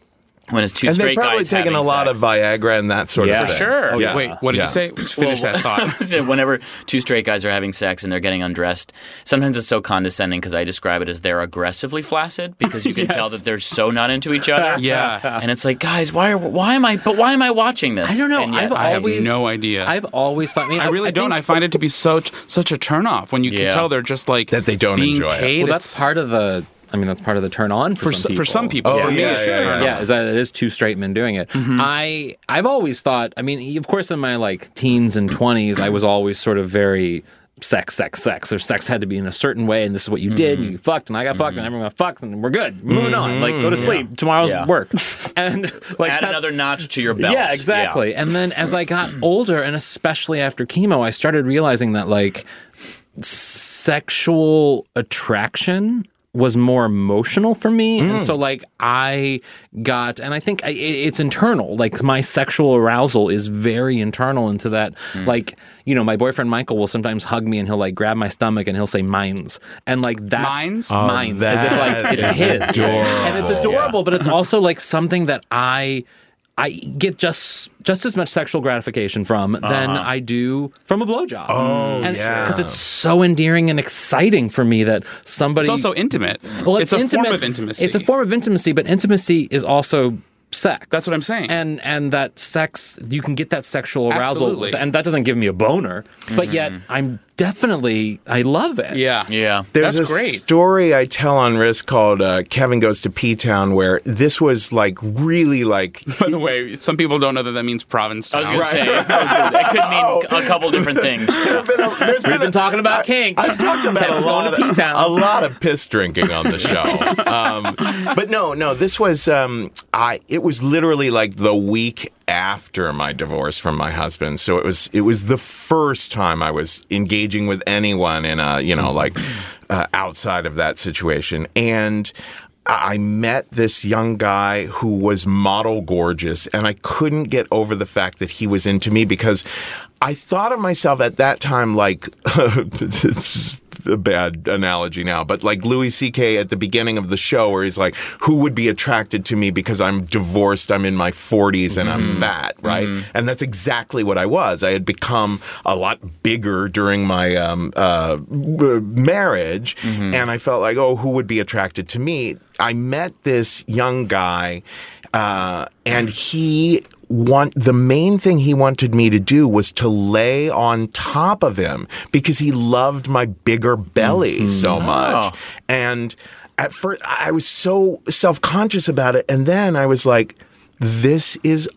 C: when it's two
F: and they're
C: straight
F: probably
C: guys
F: taking
C: having
F: a lot
C: sex.
F: of Viagra and that sort
D: Yeah.
F: of
D: For
F: thing.
C: sure. Oh,
F: Yeah.
B: Wait, what did
F: Yeah.
B: you say? Just finish that thought.
C: So Whenever two straight guys are having sex and they're getting undressed, sometimes it's so condescending because I describe it as they're aggressively flaccid because you can tell that they're so not into each other.
B: Yeah.
C: and it's like, guys, why are why am I? But why am I watching this?
D: I don't know.
C: And yet
D: I've
C: I have-
D: always
B: no idea.
D: I've always thought. mean,
B: I really don't.
D: think-
B: I find it to be such such a turnoff when you
C: Yeah.
B: can tell they're just like
F: That they don't
B: being
F: enjoy it.
B: paid.
D: well, that's
B: It's-
D: part of the. I mean, that's part of the turn on
B: for
D: for, some
B: some,
D: people.
B: for some people.
F: Oh,
B: for me,
F: yeah,
B: it's
F: yeah,
B: a turn
F: yeah.
B: off.
D: Yeah, is that it is two straight men doing it.
C: Mm-hmm.
D: I I've always thought. I mean, of course, in my like teens and twenties, I was always sort of very sex, sex, sex. Or sex had to be in a certain way, and this is what you
C: Mm-hmm.
D: did, and you fucked, and I got fucked, and everyone fucks, and we're good, moving on, like go to sleep, tomorrow's
C: Mm-hmm. Yeah.
D: work, and like
C: add
D: that's-
C: another notch to your belt.
D: Yeah, exactly. And then as I got older, and especially after chemo, I started realizing that like sexual attraction was more emotional for me and so like i got and i think I, it- it's internal like my sexual arousal is very internal into that like you know my boyfriend michael will sometimes hug me and he'll like grab my stomach and he'll say mines and like that's
B: Mines?
D: mines as if like
E: that
D: it's
E: is
D: his
E: adorable.
D: and it's adorable but it's also like something that i I get just just as much sexual gratification from than
B: Uh-huh.
D: I do from a blowjob. Oh,
F: yeah.
D: because it's so endearing and exciting for me that somebody
B: It's also intimate.
D: well,
B: it's,
D: it's,
B: a
D: intimate.
B: form of intimacy.
D: It's a form of intimacy, but intimacy is also sex.
B: That's what I'm saying.
D: And and that sex, you can get that sexual arousal,
B: Absolutely. Mm-hmm.
D: and that doesn't give me a boner, but yet I'm definitely I love it.
B: Yeah.
C: Yeah.
F: There's
B: That's
F: a
B: great.
F: story I tell on Risk called uh, "Kevin Goes to P Town," where this was like really like
B: By the way, some people don't know that that means Provincetown.
C: I was gonna say I was gonna- it could mean a couple different things.
F: there's
D: We've been talking about kink.
F: I've talked about a
D: Kevin going
F: lot,
D: to
F: of,
D: P-Town.
F: a lot of piss drinking on the show, um, but no, no. This was um, I. It was literally like the week after my divorce from my husband, so it was it was the first time I was engaging with anyone in a you know like uh, outside of that situation, and I met this young guy who was model gorgeous, and I couldn't get over the fact that he was into me because I thought of myself at that time like this is a bad analogy now, but like Louis C.K. at the beginning of the show, where he's like, "Who would be attracted to me because I'm divorced, I'm in my 40s, and I'm fat, right?" And that's exactly what I was. I had become a lot bigger during my um, uh, w- marriage, and I felt like, "Oh, who would be attracted to me?" I met this young guy, uh, and he want the main thing he wanted me to do was to lay on top of him because he loved my bigger belly so much and at first i was so self-conscious about it and then i was like this is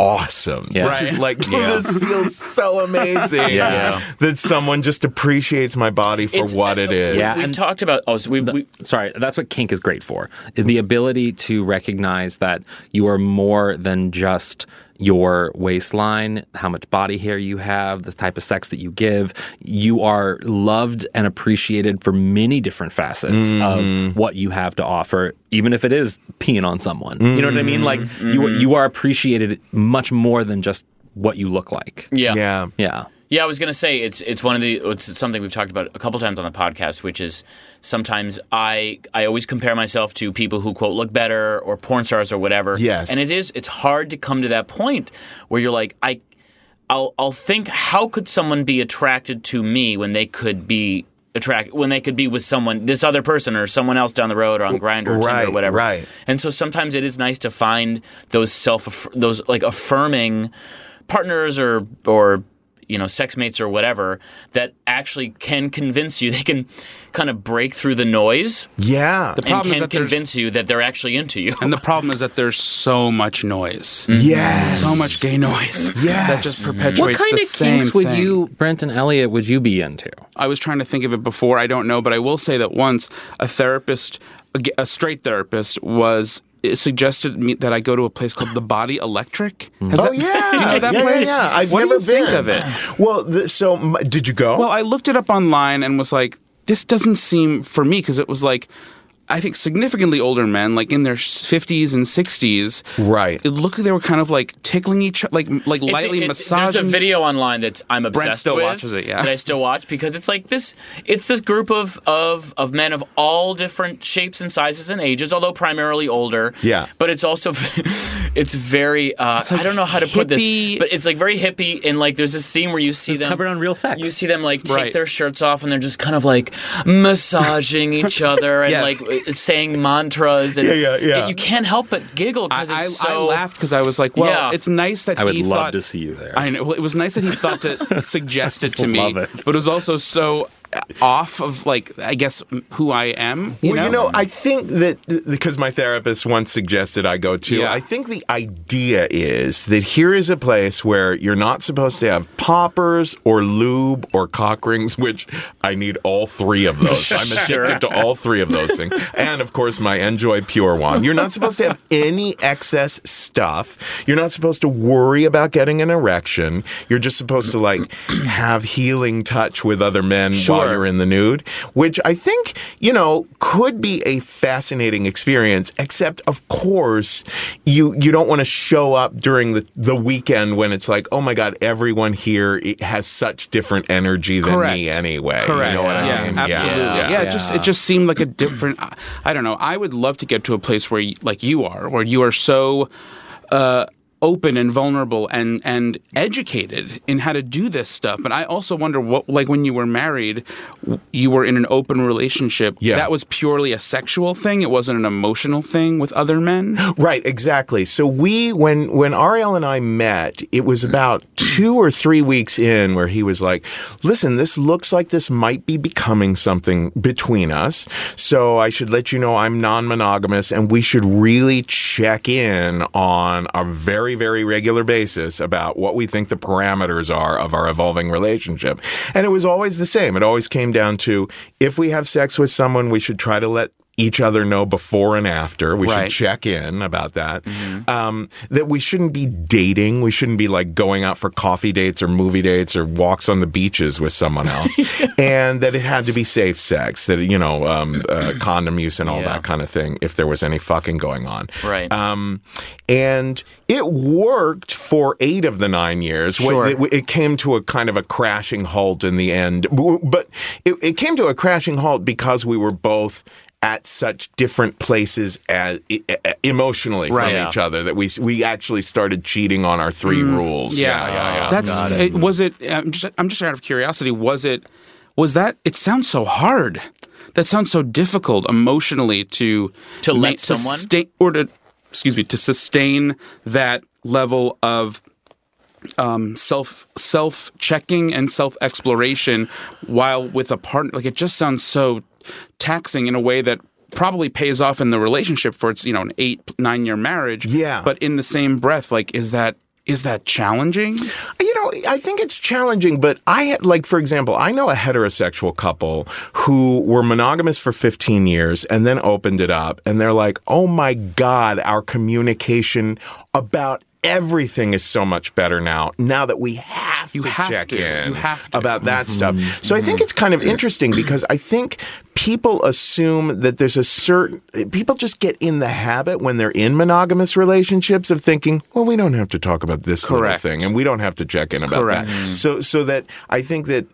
F: awesome this is like this feels so amazing
D: Yeah.
F: that someone just appreciates my body for
C: It's-
F: what it is
D: Yeah,
C: We've
D: and-
C: talked about oh so we, we
D: sorry, that's what kink is great for. The ability to recognize that you are more than just your waistline, how much body hair you have, the type of sex that you give. You are loved and appreciated for many different facets
B: Mm-hmm.
D: of what you have to offer, even if it is peeing on someone. You know what I mean? Like
B: Mm-hmm.
D: you you are appreciated much more than just what you look like.
C: yeah. yeah.
F: yeah
D: Yeah.
C: Yeah, I was gonna say it's it's one of the it's something we've talked about a couple times on the podcast, which is sometimes I I always compare myself to people who quote look better or porn stars or whatever.
F: Yes.
C: and it is it's hard to come to that point where you're like I, I'll I'll think how could someone be attracted to me when they could be attract when they could be with someone this other person or someone else down the road or on Grinder or Tinder
F: right,
C: or whatever.
F: right.
C: And so sometimes it is nice to find those self those like affirming partners or or you know sex mates or whatever that actually can convince you they can kind of break through the noise
F: yeah
C: and
B: problem is
C: can
B: that there's-
C: convince you that they're actually into you.
B: And the problem is that there's so much noise.
F: Mm. yes
B: So much gay noise.
F: Yes. Mm-hmm.
B: That just perpetuates
D: What kind
B: the
D: of
B: same
D: kinks would
B: thing.
D: you, Brent and Elliot, would you be into?
B: I was trying to think of it before. I don't know, but I will say that once a therapist, a, g- a straight therapist, was it suggested me that I go to a place called the Body Electric. Has
F: Oh
B: that-
F: yeah,
B: do you know that
F: yeah,
B: place?
F: Yeah, I've
B: what
F: never
B: do you
F: been.
B: think of it?
F: Well, the, so m did you go?
B: Well, I looked it up online and was like, this doesn't seem for me because it was like, I think significantly older men, like in their fifties and sixties,
F: Right.
B: It looked like they were kind of like tickling each, like like
C: It's-
B: lightly
C: it-
B: massaging.
C: There's a video online that I'm obsessed
B: still
C: with.
B: watches it, yeah.
C: that I still watch because it's like this. It's this group of of of men of all different shapes and sizes and ages, although primarily older.
F: Yeah.
C: but it's also it's very. Uh, I don't know how to put
B: hippie-
C: this, but it's like very hippie and like there's this scene where you see them
D: covered on real sex.
C: You see them like take
B: Right.
C: their shirts off and they're just kind of like massaging each other and
B: Yes.
C: like uh, saying mantras and
F: Yeah, yeah, yeah.
C: you can't help but giggle
B: I,
C: because
B: I,
C: it's
B: I
C: so
B: laughed because I was like, well,
C: Yeah.
B: it's nice that
D: I would
B: he
D: love
B: thought,
D: to see you there.
B: I know. Well, it was nice that he thought to suggest it to me,
E: Love it.
B: but it was also so off of like I guess who I am. You
F: well,
B: know?
F: you know, I think that because my therapist once suggested I go to,
B: Yeah.
F: I think the idea is that here is a place where you're not supposed to have poppers or lube or cock rings, which I need all three of those. I'm addicted to all three of those things. And of course, my Enjoy Pure one. You're not supposed to have any excess stuff. You're not supposed to worry about getting an erection. You're just supposed to like have healing touch with other men
B: Sure.
F: while you're are in the nude, which I think, you know, could be a fascinating experience, except of course you you don't want to show up during the, the weekend when it's like, oh my God, everyone here i- has such different energy than me
B: Correct.
F: anyway.
B: Correct.
F: You know what I
B: yeah,
F: mean?
B: absolutely. Yeah, it just it just seemed like a different. I- I don't know. I would love to get to a place where, y- like you are, where you are so uh, open and vulnerable and and educated in how to do this stuff. But I also wonder what, like when you were married, w- you were in an open relationship.
F: Yeah.
B: that was purely a sexual thing. It wasn't an emotional thing with other men.
F: Right, exactly. So we when when Ariel and I met, it was about two or three weeks in where he was like, "Listen, this looks like this might be becoming something between us. So I should let you know I'm non-monogamous, and we should really check in on a very very regular basis about what we think the parameters are of our evolving relationship." And it was always the same. It always came down to if we have sex with someone, we should try to let each other know before and after. We
B: Right.
F: should check in about that. Um, that we shouldn't be dating. We shouldn't be like going out for coffee dates or movie dates or walks on the beaches with someone else. And that it had to be safe sex. That you know, um, uh, condom use and all that kind of thing. If there was any fucking going on,
B: Right.
F: Um, and it worked for eight of the nine years. Wh-
B: Sure.
F: It, it came to a kind of a crashing halt in the end. W- But it, it came to a crashing halt because we were both at such different places as e- e- emotionally
B: Right. Mm.
F: from
B: Yeah.
F: each other that we s- we actually started cheating on our three rules.
B: That's it. was it. I'm just I'm just out of curiosity. Was it? Was that? It sounds so hard. That sounds so difficult emotionally to
C: To let
B: to
C: someone?
B: sustain, or to excuse me to sustain that level of um, self self checking and self exploration while with a partner. Like it just sounds so taxing in a way that probably pays off in the relationship for its you know an eight nine year marriage.
F: Yeah.
B: but in the same breath, like is that is that challenging?
F: you know, I think it's challenging, but I had- like, for example, I know a heterosexual couple who were monogamous for 15 years and then opened it up, and they're like, oh my God, our communication about Everything is so much better now. Now that we have
B: You
F: to
B: have
F: check
B: to.
F: in
B: You have to.
F: about that
B: Mm-hmm.
F: stuff. So I think it's kind of interesting because I think people assume that there's a certain people just get in the habit when they're in monogamous relationships of thinking, well, we don't have to talk about this little
B: Correct.
F: thing and we don't have to check in about
B: Correct.
F: that. So so that I think that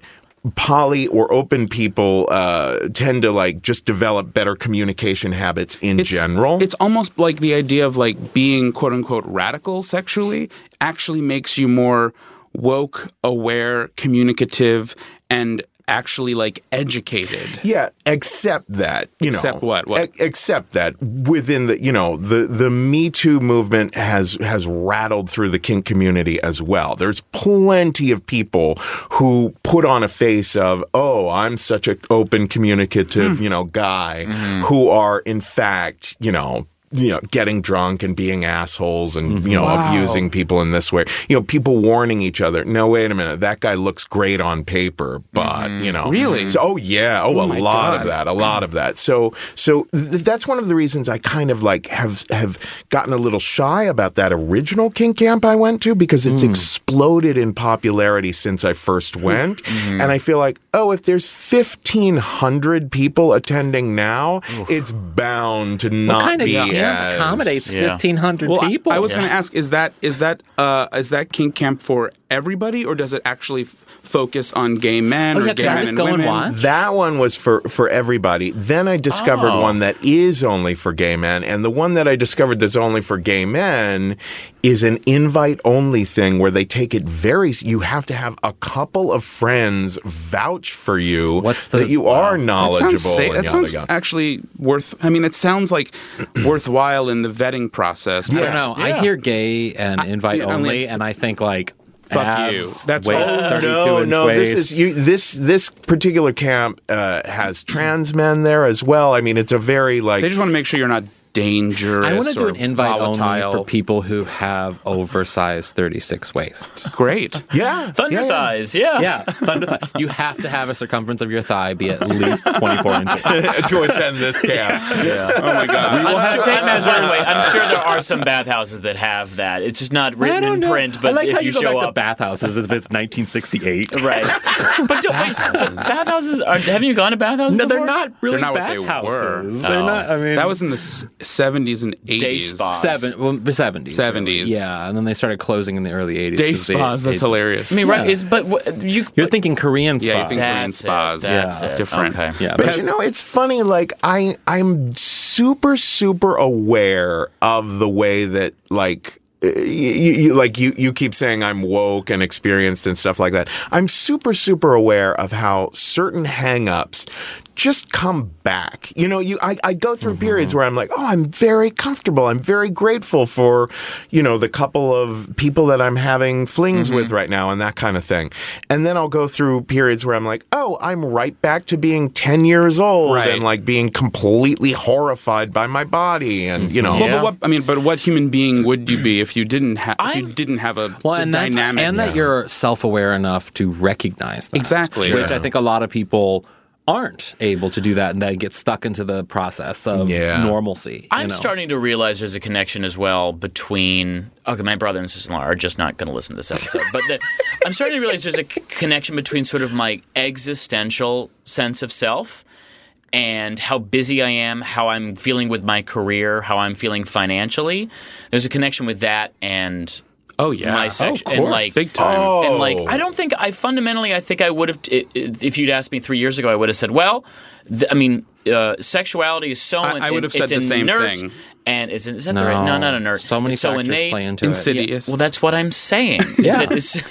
F: poly or open people uh, tend to like just develop better communication habits in general.
B: It's almost like the idea of like being quote unquote radical sexually actually makes you more woke, aware, communicative, and actually like educated.
F: Yeah, except that you know.
B: Except what? What?
F: e- except that within the you know the the Me Too movement has has rattled through the kink community as well. There's plenty of people who put on a face of oh I'm such an open
B: Hmm.
F: communicative you know guy
B: Mm-hmm.
F: who are in fact you know. You know, getting drunk and being assholes and,
B: Mm-hmm.
F: you know, abusing people in this way. You know, people warning each other, no, wait a minute, that guy looks great on paper, but, you know.
B: Mm-hmm. Really?
F: So, oh, yeah. Oh, a
B: my
F: lot of
B: God.
F: that that, a lot of that. So so th- that's one of the reasons I kind of like have have gotten a little shy about that original King Camp I went to because it's
B: Mm.
F: exploded in popularity since I first went,
B: Mm-hmm.
F: and I feel like oh, if there's fifteen hundred people attending now, it's bound to not
D: What kind of
F: be
D: camp
F: as-
D: accommodates
C: Yeah.
D: 1,500
B: Well, I-
D: people?
B: I, was going to ask: Is that is that uh, is that kink camp for everybody, or does it actually f- focus on gay men
D: Oh,
B: or
D: yeah,
B: gay
D: can I
B: men
D: just
B: and
D: go and
B: women?
D: watch?
F: That one was for for everybody. Then I discovered
D: Oh.
F: one that is only for gay men, and the one that I discovered that's only for gay men is an invite only thing where they take it very. s- You have to have a couple of friends vouch for you
D: What's the-
F: that you are
B: That
F: knowledgeable.
B: sounds, sa-
F: and
B: that
F: yada,
B: sounds
F: yada.
B: actually worth. I mean, it sounds like worthwhile in the vetting process.
D: I don't know. I hear gay and invite
B: I mean,
D: only, and I think like
B: Fuck
D: abs,
B: you. That's
D: waist,
B: all- Oh,
D: 32
F: no,
D: inch
F: no. This
D: waist.
F: is you, this this particular camp uh, has trans men there as well. I mean, it's a very like
B: They just want to make sure you're not dangerous.
D: I want to do
B: or
D: an invite only
B: volatile.
D: for people who have oversized 36 waist.
B: Great.
F: Yeah.
C: Thunder
F: yeah, yeah.
C: thighs, yeah.
D: Yeah, thunder thigh. You have to have a circumference of your thigh be at least 24 inches.
F: to attend this camp.
B: Oh my god.
C: I'm sure, I'm, by the way, I'm sure there are some bathhouses that have that. It's just not written in print, but
D: I like
C: if
D: how
C: you,
D: go
C: show
D: back to
C: up,
D: bathhouses if it's 1968.
C: right? but don't, wait, but bathhouses are, haven't you gone to bathhouses?
D: No, they're
C: before?
D: not really
B: They're not what they were.
D: bathhouses. They're not. I mean,
B: That was in the s- 70s and 80s.
C: spas.
D: seven, well, 70s.
B: 70s.
D: really. Yeah, and then they started closing in the early 80s.
B: Day
D: 'cause they-
B: spas. That's
D: they-
B: hilarious.
C: I mean, right?
D: Yeah.
C: Is but what, you
D: You're thinking Korean spas.
B: yeah, you think Korean
C: That's it,
B: spas.
C: that's
B: yeah.
C: it.
B: Different.
C: Okay.
D: yeah,
F: But you know, it's funny. Like I, I'm super, super aware of the way that like. You, you, like you, you keep saying I'm woke and experienced and stuff like that. I'm super, super aware of how certain hangups just come back. You know, you I, I go through periods where I'm like, oh, I'm very comfortable. I'm very grateful for, you know, the couple of people that I'm having flings with right now and that kind of thing. And then I'll go through periods where I'm like, oh, I'm right back to being 10 years old
B: Right.
F: and like being completely horrified by my body and, you know.
B: Well, but what I mean, but what human being would you be if you didn't have if you didn't have a
D: well,
B: d-
D: and that,
B: dynamic?
D: and that you're self-aware enough to recognize that.
B: Exactly.
D: which
B: Yeah.
D: I think a lot of people aren't able to do that, and they get stuck into the process of
F: Yeah.
D: normalcy. you
C: I'm
D: know?
C: starting to realize there's a connection as well between. Okay, my brother and sister in law are just not going to listen to this episode, but the, I'm starting to realize there's a c- connection between sort of my existential sense of self and how busy I am, how I'm feeling with my career, how I'm feeling financially. There's a connection with that and
B: oh yeah,
C: my section and like Oh.
B: big time.
C: and
B: Oh.
C: like I don't think I fundamentally I think I would have i- i- if you'd asked me three years ago I would have said well th- I mean uh, sexuality is so
B: I-
C: in-
B: I would have
C: it's
B: said the same
C: inert,
B: thing.
C: and is, is that the right no not inert
D: So many
C: it's so
D: factors
C: innate
D: play into it.
B: insidious.
C: well that's what I'm saying is
D: Yeah.
C: it- is-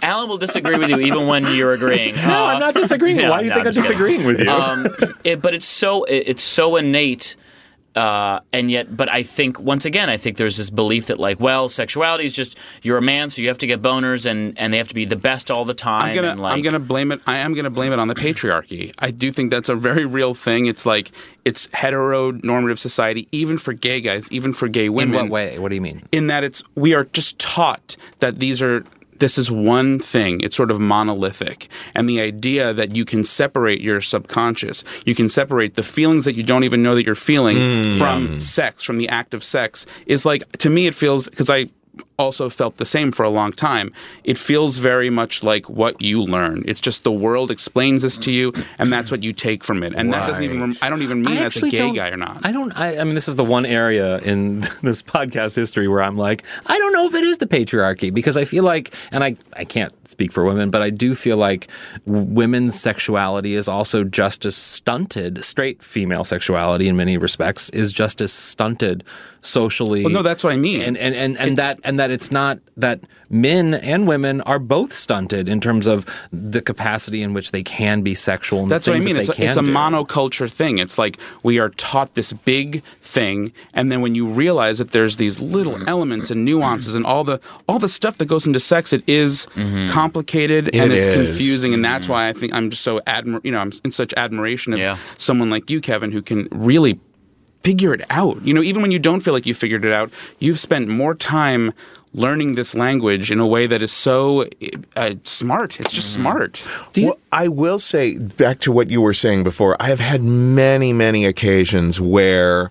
C: Alan will disagree with you even when you're agreeing no
D: I'm not disagreeing.
C: No,
D: Why do you
C: no,
D: think
C: I'm
D: I'm
C: just kidding.
D: disagreeing with you?
C: um, it, but it's so it, it's so innate. Uh, and yet, but I think once again, I think there's this belief that like, well, sexuality is just you're a man, so you have to get boners, and and they have to be the best all the time.
B: I'm gonna
C: and like,
B: I'm gonna blame it. I am gonna blame it on the patriarchy. I do think that's a very real thing. It's like it's heteronormative society, even for gay guys, even for gay
D: in
B: women.
D: what way? What do you mean?
B: In that it's we are just taught that these are this is one thing. It's sort of monolithic, and the idea that you can separate your subconscious, you can separate the feelings that you don't even know that you're feeling
D: Mm,
B: from sex, from the act of sex, is like to me it feels because I also felt the same for a long time. It feels very much like what you learn. It's just the world explains this to you, and that's what you take from it. And that doesn't even, rem- I don't even mean that's a gay
D: don't-
B: guy or not.
D: I don't. I, I mean, this is the one area in this podcast history where I'm like, I don't know if it is the patriarchy because I feel like, and I, I can't speak for women, but I do feel like w- women's sexuality is also just as stunted. Straight female sexuality, in many respects, is just as stunted socially.
B: Well, no, that's what I mean.
D: And and and, and that and that it's not that men and women are both stunted in terms of the capacity in which they can be sexual. And the
B: That's what I
D: things that
B: mean.
D: they
B: It's a,
D: can
B: it's a
D: do.
B: monoculture thing. It's like we are taught this big thing, and then when you realize that there's these little
D: Mm.
B: elements and nuances and all the all the stuff that goes into sex, it is
D: Mm-hmm.
B: complicated and
F: It
B: it's
F: is.
B: confusing, and that's why I think I'm just so admir- you know I'm in such admiration of
C: Yeah.
B: someone like you, Kevin, who can really figure it out. You know, even when you don't feel like you figured it out, you've spent more time. Learning this language in a way that is so uh, smart. It's just
D: Mm-hmm.
B: smart.
F: Well, I will say back to what you were saying before. I have had many, many occasions where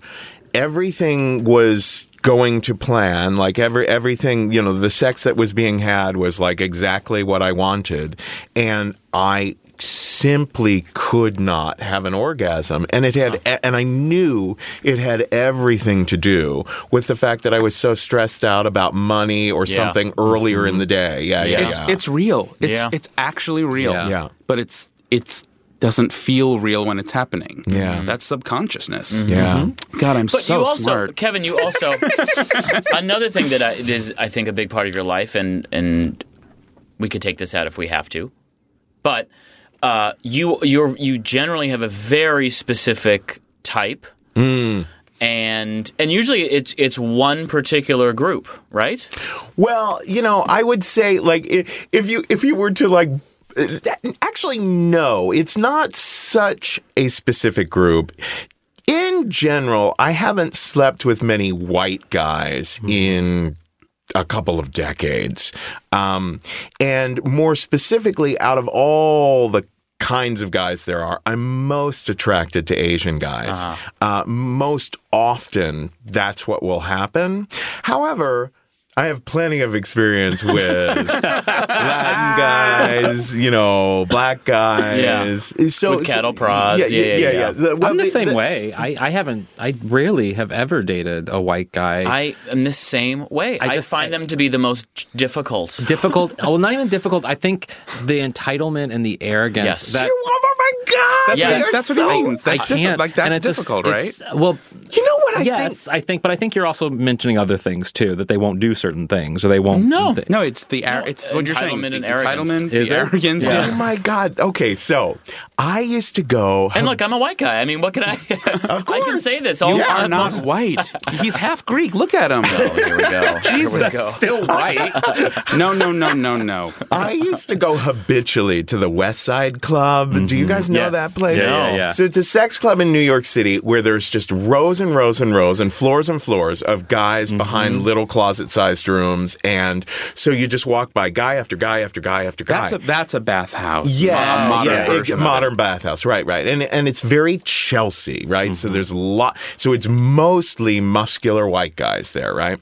F: everything was going to plan like every everything you know the sex that was being had was like exactly what i wanted and i simply could not have an orgasm and it had and i knew it had everything to do with the fact that i was so stressed out about money or
C: Yeah.
F: something earlier in the day yeah yeah,
B: Mm-hmm. It's it's real. It's
C: Yeah.
B: it's actually real.
D: Yeah.
F: Yeah.
B: But it's it's doesn't feel real when it's happening.
F: Yeah.
B: That's subconsciousness.
F: yeah
B: God, I'm
C: But
B: so
C: you also,
B: smart.
C: Kevin, you also another thing that I, is I think a big part of your life, and and we could take this out if we have to, but uh, you you you generally have a very specific type, and and usually it's it's one particular group, right?
F: Well, you know, I would say like i- if you if you were to like uh, that- actually no, it's not such a specific group. in general, I haven't slept with many white guys in a couple of decades. Um, and more specifically, out of all the kinds of guys there are, I'm most attracted to Asian guys. uh most often, that's what will happen. However, I have plenty of experience with Latin guys, you know, black guys. So,
C: With cattle prods. Yeah, yeah, yeah.
F: The- well,
D: I'm the,
F: the-
D: same
F: the-
D: way. I, I haven't. I rarely have ever dated a white guy.
C: I am the same way. I,
D: just-
C: find
D: I-
C: them to be the most difficult.
D: difficult. well, not even difficult. I think the entitlement and the arrogance.
C: Yes.
D: That,
F: Oh my god! That's
C: Yeah,
F: what,
C: that's-
F: that's what he means.
D: I
B: That's diffi-
D: can't.
B: like, that's
D: and it's just-
B: difficult,
D: it's- Well,
F: You know what I
D: yes, I think. But I think you're also mentioning other things too. That they won't do certain things, or they won't.
C: No.
D: th-
B: No, it's the ar- it's what you're saying.
C: entitlement and
B: the
C: arrogance.
B: Entitlement,
D: Is
B: the
D: there?
B: arrogance.
F: think? Oh my god! Okay, so I used to go.
C: And look, I'm a white guy. I mean, what can I? Of I can
F: course.
C: say this. All
B: You
C: I-
B: are not white. He's half Greek. Look at him. Oh, here we go. Jesus.
D: still white.
B: No, no, no, no, no.
F: I used to go habitually to the West Side Club. Do you guys
C: Yes.
F: know that place?
D: Yeah, yeah, yeah.
F: So it's a sex club in New York City where there's just rows and rows and rows and floors and floors of guys behind little closet-sized rooms, and so you just walk by guy after guy after guy after guy.
B: That's a that's a bathhouse.
F: Yeah,
B: a modern
F: yeah,
B: version. of
F: it-
B: it.
F: modern bathhouse, right, right, and and it's very Chelsea, right. So there's a lot. So it's mostly muscular white guys there, right?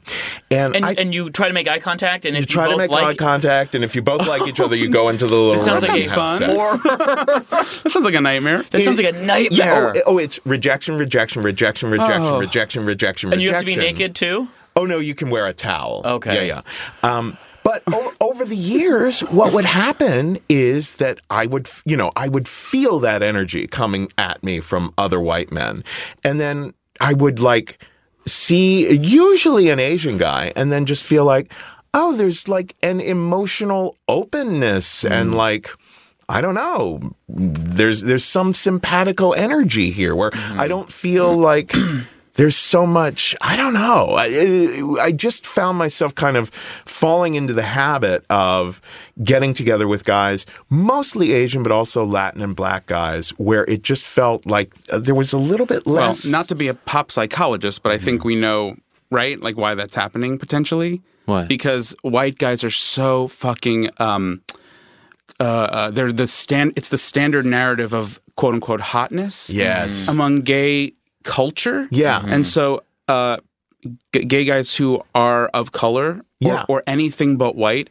F: And,
C: and,
F: I
C: and you try to make eye contact, and
F: you
C: if
F: try
C: you
F: to
C: both
F: make eye
C: like,
F: contact, and if you both like each other, you go into the little
C: This sounds
F: room
C: like
F: and
C: a
F: have
C: fun
F: sex.
B: That sounds like a nightmare.
C: that sounds like a nightmare.
F: Yeah. Oh, oh, it's rejection, rejection, rejection, rejection,
B: Oh.
F: rejection, rejection, rejection.
C: and you have to be naked too.
F: Oh no, you can wear a towel.
C: Okay.
F: Yeah, yeah. Um, but o- over the years, what would happen is that I would, f- you know, I would feel that energy coming at me from other white men, and then I would like see usually an Asian guy, and then just feel like, oh, there's like an emotional openness and like. I don't know. There's there's some simpatico energy here where
B: Mm-hmm.
F: I don't feel like there's so much. I don't know. I, I just found myself kind of falling into the habit of getting together with guys, mostly Asian, but also Latin and Black guys, where it just felt like uh, there was a little bit
B: Well,
F: less.
B: not to be a pop psychologist, but I think we know, right? Like why that's happening potentially.
D: Why?
B: Because white guys are so fucking. Um, uh, uh, they're the stand. It's the standard narrative of quote unquote hotness.
F: Yes.
B: Among gay culture.
F: Yeah.
B: And so, uh, g- gay guys who are of color or,
F: Yeah.
B: or anything but white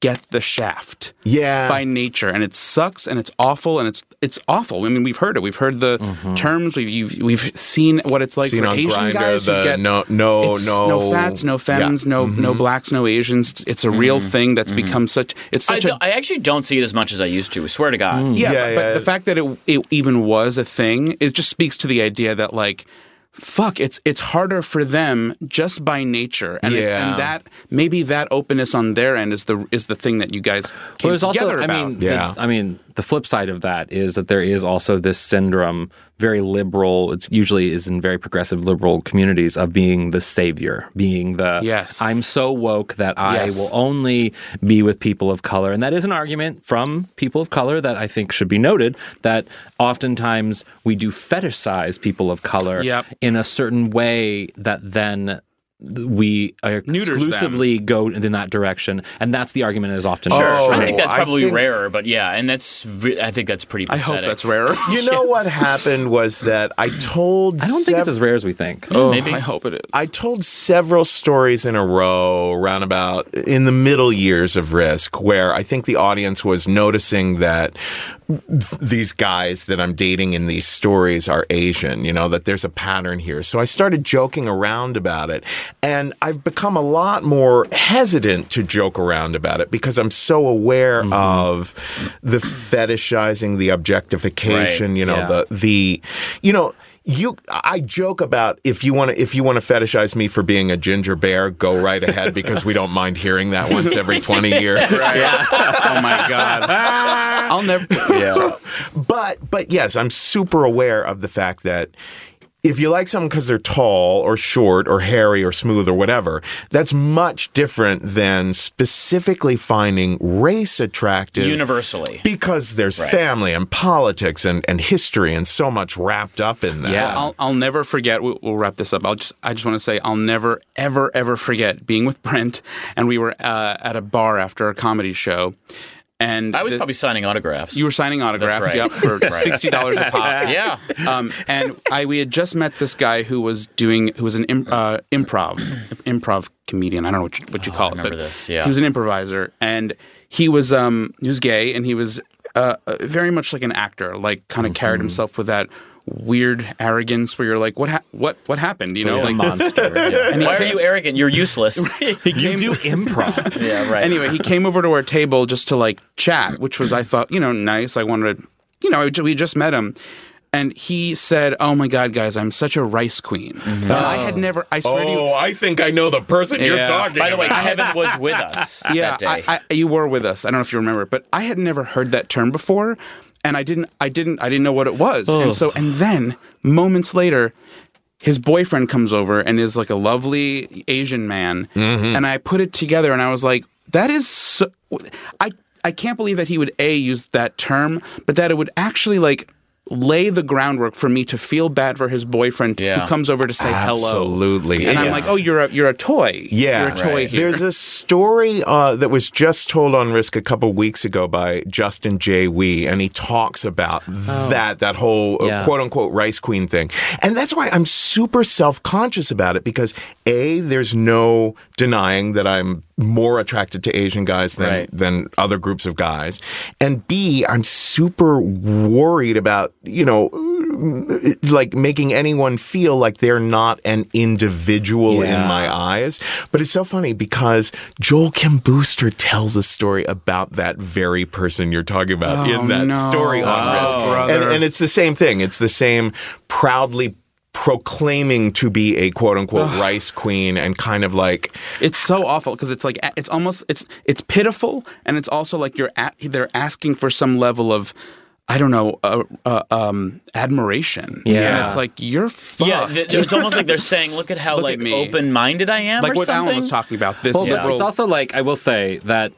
B: get the shaft
F: yeah.
B: by nature, and it sucks, and it's awful, and it's it's awful. I mean, we've heard it. We've heard the terms. We've you've, we've seen what it's like
F: Seen
B: for
F: on
B: Asian
F: Grindr,
B: guys who
F: the
B: get
F: no- no-
B: it's
F: no-
B: no fats, no femmes, no no blacks, no Asians. It's, it's a real thing that's become such. It's
C: I,
B: such a
C: don't- I actually don't see it as much as I used to. Swear to God.
B: yeah,
F: Yeah,
B: but, but
F: yeah.
B: the fact that it, it even was a thing, it just speaks to the idea that like, fuck, it's it's harder for them just by nature, and, it's,
F: Yeah.
B: and that maybe that openness on their end is the is the thing that you guys came
D: Well, there's also,
B: together
D: I
B: about.
D: mean,
F: Yeah.
D: the, I mean, the flip side of that is that there is also this syndrome, very liberal. It's usually is in very progressive liberal communities of being the savior, being the
B: Yes.
D: I'm so woke that I
B: Yes.
D: will only be with people of color, and that is an argument from people of color that I think should be noted. That oftentimes we do fetishize people of color
B: Yep.
D: in a certain way that then. th- We
B: them.
D: exclusively go in that direction, and that's the argument is often
F: Sure,
D: made.
F: sure.
C: I think that's
F: I
C: probably
F: think-
C: rarer, but yeah, and that's re- I think that's pretty.
B: I
C: Pathetic.
B: hope that's rarer.
F: you know what happened was that I told
D: I don't think
F: sev-
D: it's as rare as we think.
B: Oh,
C: Maybe.
B: I hope it is.
F: I told several stories in a row around about in the middle years of Risk where I think the audience was noticing that these guys that I'm dating in these stories are Asian, you know, that there's a pattern here. So I started joking around about it. And I've become a lot more hesitant to joke around about it because I'm so aware of the fetishizing, the objectification, you know,
D: yeah.
F: the the you know you i joke about if you want to if you want to fetishize me for being a ginger bear go right ahead because we don't mind hearing that once every 20 years
B: oh my god! I'll never.
F: but but yes i'm super aware of the fact that if you like someone because they're tall or short or hairy or smooth or whatever, that's much different than specifically finding race attractive
G: universally.
F: because there's family and politics and, and history and so much wrapped up in that.
D: Yeah.
B: I'll, I'll never forget. We'll, we'll wrap this up. I'll just, I just want to say, I'll never, ever, ever forget being with Brent, and we were uh, at a bar after a comedy show, and
G: I was
B: the-
G: probably signing autographs.
B: you were signing autographs,
G: right.
B: yep, for sixty dollars a pop.
G: yeah.
B: um, and I we had just met this guy who was doing who was an imp, uh, improv improv comedian. I don't know what you, what you call it,
G: remember
B: but
G: this, yeah.
B: he was an improviser, and he was um he was gay, and he was uh, uh, very much like an actor, like kind of carried himself with that weird arrogance where you're like, what ha- what what happened? You know,
D: He's a
B: like
D: monster. yeah.
B: and he
G: Why are
B: came-
G: you arrogant? You're useless.
B: he came,
D: Improv.
G: yeah, right.
B: Anyway, he came over to our table just to like chat, which was I thought you know nice. I wanted to, you know, we just met him, and he said, "Oh my god, guys, I'm such a rice queen." And I had never. I swear to you.
F: Oh, I think I know the person
B: Yeah.
F: you're talking
G: By the way,
F: about.
G: Kevin was with us
B: Yeah,
G: that day.
B: I, I, you were with us. I don't know if you remember, but I had never heard that term before, and I didn't, I didn't, I didn't know what it was. And so, and then moments later, his boyfriend comes over and is like a lovely Asian man,
G: Mm-hmm.
B: and I put it together, and I was like, that is, so, I, I can't believe that he would a use that term, but that it would actually like lay the groundwork for me to feel bad for his boyfriend
G: Yeah.
B: who comes over to say hello.
F: Absolutely.
B: And I'm like, oh, you're a you're a toy.
F: Yeah,
B: you're a toy here.
F: there's a story uh, that was just told on Risk a couple weeks ago by Justin J. Wee, and he talks about
B: Oh.
F: that that whole uh,
D: Yeah.
F: quote unquote Rice Queen thing, and that's why I'm super self conscious about it because a there's no denying that I'm more attracted to Asian guys than
G: Right.
F: than other groups of guys, and b I'm super worried about you know like making anyone feel like they're not an individual in my eyes. But it's so funny because Joel Kim Booster tells a story about that very person you're talking about
B: Oh,
F: in that
B: no.
F: story on
B: Oh,
F: Risk. And,
B: brother.
F: and it's the same thing. It's the same proudly proclaiming to be a quote unquote rice queen and kind of like
B: It's so awful because it's like it's almost it's it's pitiful and it's also like you're at, they're asking for some level of I don't know uh, uh, um, admiration.
D: Yeah.
B: and it's like you're fucked.
C: Yeah, th- it's almost like they're saying, "Look at how
B: Look at
C: like
B: me.
C: open-minded I am."
B: like
C: or
B: what
C: something.
B: Alan was talking about. This
D: Well, but
B: liberal.
D: it's also like I will say that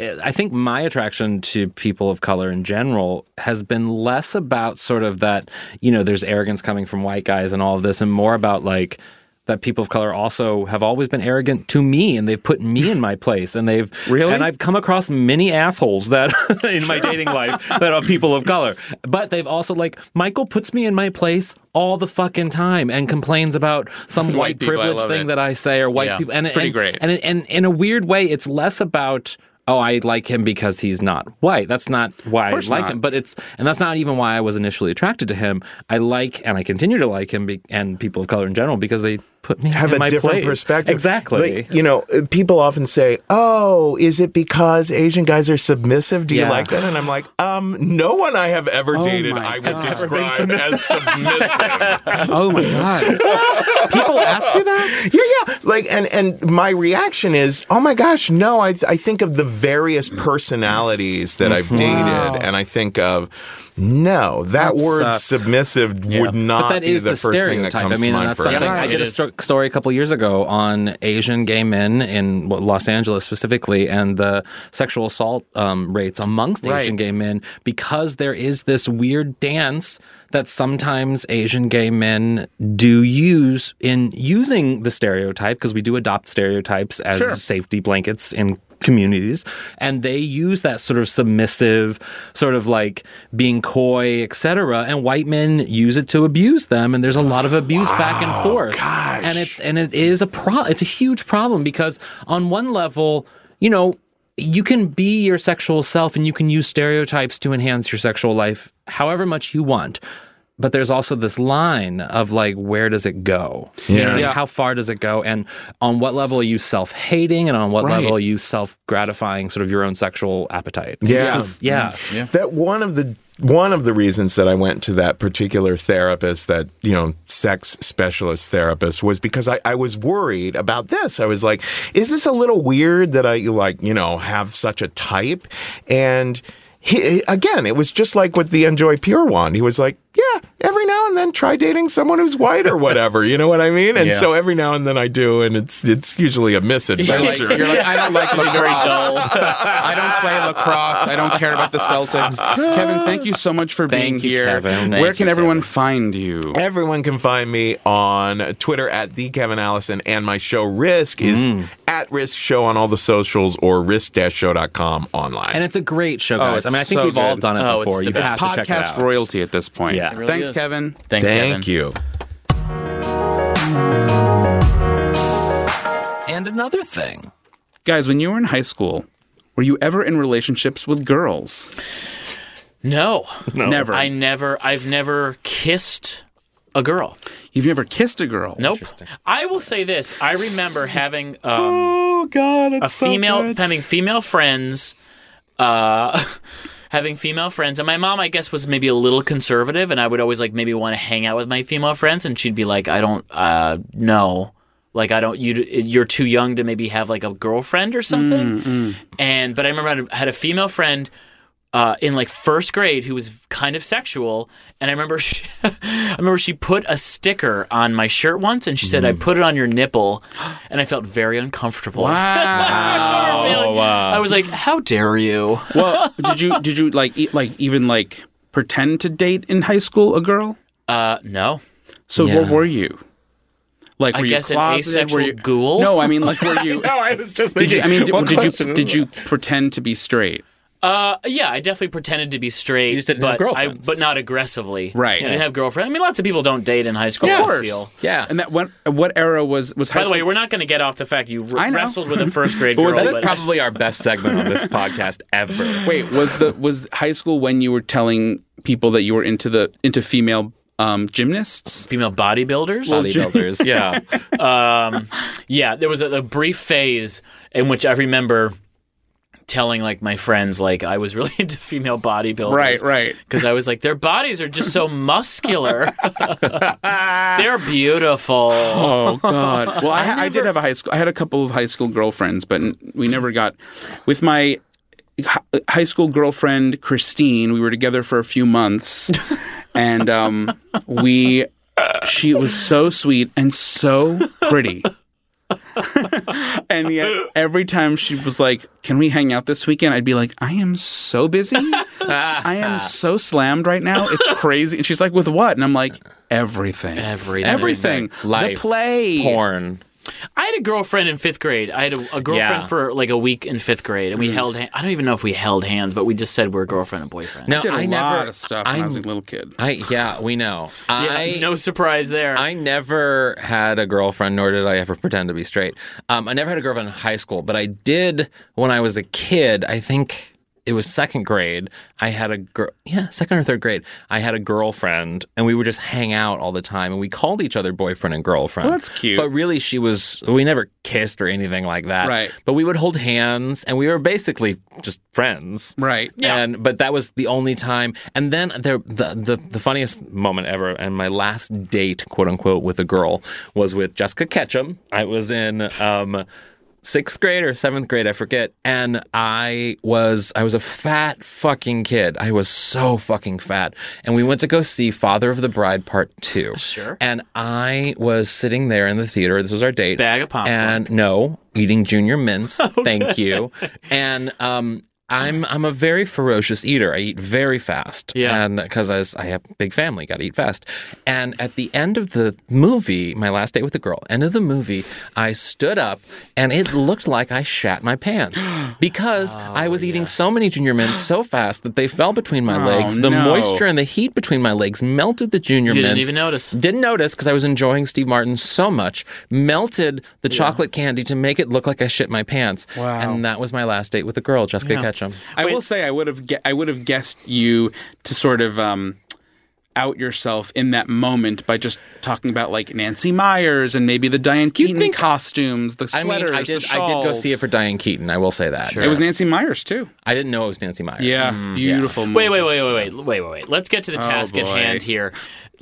D: uh, I think my attraction to people of color in general has been less about sort of that you know there's arrogance coming from white guys and all of this, and more about like that people of color also have always been arrogant to me and they've put me in my place and they've
B: Really?
D: and I've come across many assholes that in my dating life that are people of color but they've also like Michael puts me in my place all the fucking time and complains about some white,
B: people, I
D: privilege
B: love
D: thing
B: it.
D: that I say or white
B: Yeah,
D: people and
B: it's pretty
D: and-
B: great.
D: and, and in a weird way, it's less about oh, I like him because he's not white. That's not why I like
B: course not.
D: him. But it's and that's not even why I was initially attracted to him. I like and I continue to like him be, and people of color in general because they put me
F: have
D: in
F: a
D: my
F: different
D: place.
F: perspective.
D: Exactly.
F: Like, you know, uh, people often say, "Oh, is it because Asian guys are submissive? Do
D: Yeah. Oh
F: you like that?" And I'm like, "Um, no one I have ever dated
B: my
F: I would
B: God.
F: describe as submissive."
B: oh my god, people ask you that.
F: yeah, yeah. Like, and and my reaction is, "Oh my gosh, no! I I think of the various personalities that
B: Mm-hmm.
F: I've dated, and I think of." No, that,
B: That
F: word
B: sucks.
F: submissive would not
D: But that
F: be
D: is
F: the,
D: the,
F: first thing that
D: stereotype.
F: comes
D: I mean,
F: to
D: and
F: mind
D: that's
F: for
D: something.
F: anyone.
D: I did
G: It
D: a
G: is.
D: sto- story a couple years ago on Asian gay men in well, Los Angeles specifically, and the sexual assault um, rates amongst
B: Right.
D: Asian gay men because there is this weird dance that sometimes Asian gay men do use in using the stereotype because we do adopt stereotypes as safety blankets in communities and they use that sort of submissive sort of like being coy etc and white men use it to abuse them and there's a lot of abuse back and forth and it's and it is a pro it's a huge problem because on one level you know you can be your sexual self and you can use stereotypes to enhance your sexual life however much you want but there's also this line of like where does it go you know what I mean?
B: Yeah.
D: how far does it go and on what level are you self-hating and on what
B: Right.
D: level are you self-gratifying sort of your own sexual appetite
F: Yeah.
D: This is- yeah
F: that one of the one of the reasons that I went to that particular therapist, that you know, sex specialist therapist, was because I, I was worried about this. I was like, is this a little weird that I like you know have such a type? And he, again, it was just like with the Enjoy Pure one. He was like, yeah, every now and and then try dating someone who's white or whatever. You know what I mean? And
G: Yeah.
F: so every now and then I do, and it's it's usually
D: You're
F: a
D: like,
F: misadventure.
D: you're like, I don't like lacrosse.
G: Very dull.
B: I don't play lacrosse. I don't care about the Celtics. Kevin, thank you so much for being
G: Thank you,
B: here.
G: Kevin.
B: Where
G: Thank
B: can
G: you,
B: everyone find you?
F: Everyone can find me on Twitter at the Kevin Allison, and my show Risk is
D: Mm.
F: at Risk Show on all the socials or risk-show.com online.
D: And Oh, it's a great show, guys.
B: it's
D: I mean, I think
B: so
D: we've all
B: good.
D: done it
G: Oh, it's
D: before.
G: the
D: You have
G: best.
D: to check it out.
B: Podcast royalty at this point.
D: Yeah. It
G: really
B: Thanks,
G: is.
B: Kevin.
G: Thanks, Kevin.
F: Thank you.
D: And another thing.
B: Guys, when you were in high school, were you ever in relationships with girls?
C: No,
B: Never.
C: I never. I've never kissed a girl.
B: You've never kissed a girl.
C: Nope. I will say this. I remember having um,
B: Oh God, that's
C: a female having female friends uh having female friends and my mom i guess was maybe a little conservative and i would always like maybe want to hang out with my female friends and she'd be like i don't uh no like i don't you you're too young to maybe have like a girlfriend or something and but i remember I had a- had a female friend uh, in like first grade who was kind of sexual and i remember she, i remember she put a sticker on my shirt once and she said i put it on your nipple and i felt very uncomfortable Ah.
B: Wow.
C: feeling. I was like, "How dare you?"
B: well, did you did you like e- like even like pretend to date in high school a girl?
C: Uh, no.
B: So what were you? Like
C: I
B: were
C: guess
B: you
C: an
B: closeted? were
C: asexual
B: you
C: ghoul?
B: No, I mean like were you?
E: No, I was just
B: did
E: thinking.
B: you? Oh, I mean, did,
E: what
B: did
E: question
B: you
E: is
B: did
E: that?
B: you pretend to be straight?
C: Uh, yeah, I definitely pretended to be straight,
G: just didn't have
C: but I,
G: girlfriends.
C: but not aggressively.
B: Right.
C: I didn't have girlfriends. I mean, lots of people don't date in high school. I feel.
G: Yeah.
B: And that what what era was was high
C: By the way,
B: school-
C: we're not going to get off the fact you
B: I
C: r-
B: know.
C: wrestled with a first grade
B: But
C: girl.
B: was this
C: but
D: Probably our best segment on this podcast ever.
B: Wait, was the was high school when you were telling people that you were into the into female um, gymnasts?
C: female bodybuilders.
D: Bodybuilders. Yeah.
C: yeah, there was a, a brief phase in which I remember telling like my friends like I was really into female bodybuilders.
B: Right, right.
C: because I was like, their bodies are just so muscular. They're beautiful.
B: Oh God! Well, I, I did have a high school. I had a couple of high school girlfriends, but n- we never got with my hi- high school girlfriend Christine. We were together for a few months, and um, we she was so sweet and so pretty. and yet, every time she was like, "Can we hang out this weekend?" I'd be like, "I am so busy. I am so slammed right now. It's crazy." And she's like, "With what?" And I'm like, "Everything."
C: Everything.
B: Everything.
D: Life.
B: The play.
D: Porn.
C: I had a girlfriend in fifth grade. I had a, a girlfriend
D: Yeah.
C: for like a week in fifth grade, and we held. Han- I don't even know if we held hands, but we just said we're girlfriend and boyfriend.
D: Now,
B: Did a
D: I
B: lot
D: never,
B: of stuff when i was a
D: I'm-
B: little kid.
D: I yeah, we know.
C: yeah,
D: I
C: no surprise there.
D: I never had a girlfriend, nor did I ever pretend to be straight. Um, I never had a girlfriend in high school, but I did when I was a kid. I think it was second grade. I had a girl, yeah, second or third grade. I had a girlfriend, and we would just hang out all the time, and we called each other boyfriend and girlfriend.
B: Well, that's cute.
D: But really, she was. We never kissed or anything like that.
B: Right.
D: But we would hold hands, and we were basically just friends.
B: Right.
C: Yeah.
D: And but that was the only time. And then there, the, the the funniest moment ever, and my last date, quote unquote, with a girl was with Jessica Ketchum. I was in um, sixth grade or seventh grade, I forget. And I was I was a fat fucking kid. I was so fucking fat. And we went to go see Father of the Bride Part Two. Sure. And I was sitting there in the theater. This was our date.
C: Bag of popcorn.
D: And no, eating junior mints. Thank you. And um, I'm I'm a very ferocious eater. I eat very fast.
C: Yeah.
D: And because I, was- I have a big family, got to eat fast. And at the end of the movie, my last date with the girl, end of the movie, I stood up and it looked like I shat my pants because I
C: Oh,
D: was eating so many junior mints so fast that they fell between my legs. The
B: no.
D: moisture and the heat between my legs melted the junior
C: You
D: mints.
C: didn't even notice.
D: Didn't notice because I was enjoying Steve Martin so much. Melted the chocolate candy to make it look like I shit my pants. Wow. And that was my last date with a girl, Jessica Ketchum.
B: I will say I would have gue- I would have guessed you to sort of um, out yourself in that moment by just talking about like Nancy Myers and maybe the Diane Keaton
D: think-
B: costumes, the
D: I mean,
B: sweaters,
D: I did.
B: the
D: I did go
B: shawls.
D: see it for Diane Keaton. I will say that.
B: It was Nancy Myers too.
D: I didn't know it was Nancy Myers.
B: Yeah, beautiful. movie.
C: Wait, wait, wait, wait, wait, wait, wait, wait. Let's get to the task
B: boy.
C: at hand here.